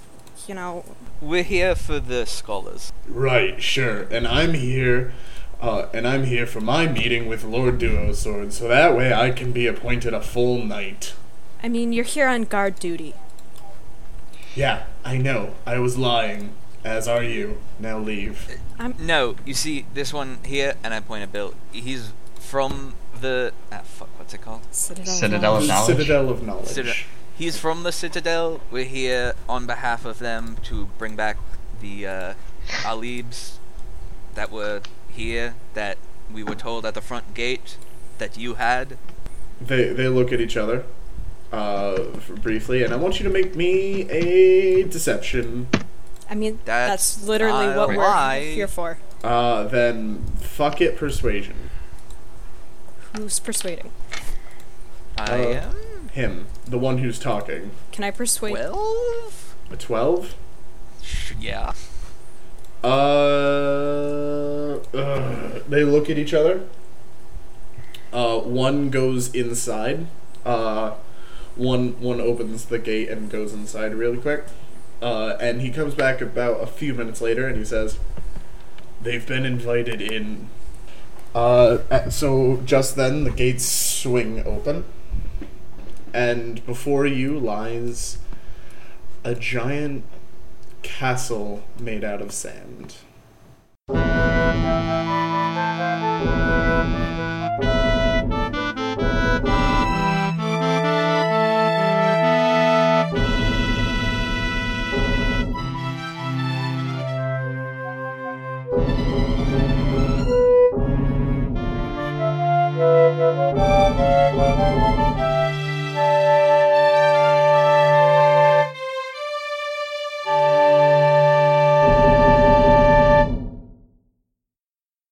you know, We're here for the scholars. Right, sure. And I'm here, uh, and I'm here for my meeting with Lord Duosword, so that way I can be appointed a full knight. I mean, you're here on guard duty. Yeah, I know. I was lying. As are you. Now leave. No, you see this one here, and I point at Bill. He's from the ah fuck, what's it called? Citadel. Citadel of knowledge. Citadel of knowledge. Citadel. He's from the Citadel. We're here on behalf of them to bring back the uh, Alibs that were here that we were told at the front gate that you had. They they look at each other, uh, f- briefly, and I want you to make me a deception. I mean, That's that's, literally not what a we're lie. here for. Uh, then fuck it, persuasion. Who's persuading? I Oh. am Him, the one who's talking. Can I persuade? twelve. A twelve. Sh- Yeah. Uh, ugh. they look at each other. Uh, one goes inside. Uh, one one opens the gate and goes inside really quick. Uh, and he comes back about a few minutes later and he says, "They've been invited in." Uh, a- so just then the gates swing open, and before you lies a giant castle made out of sand.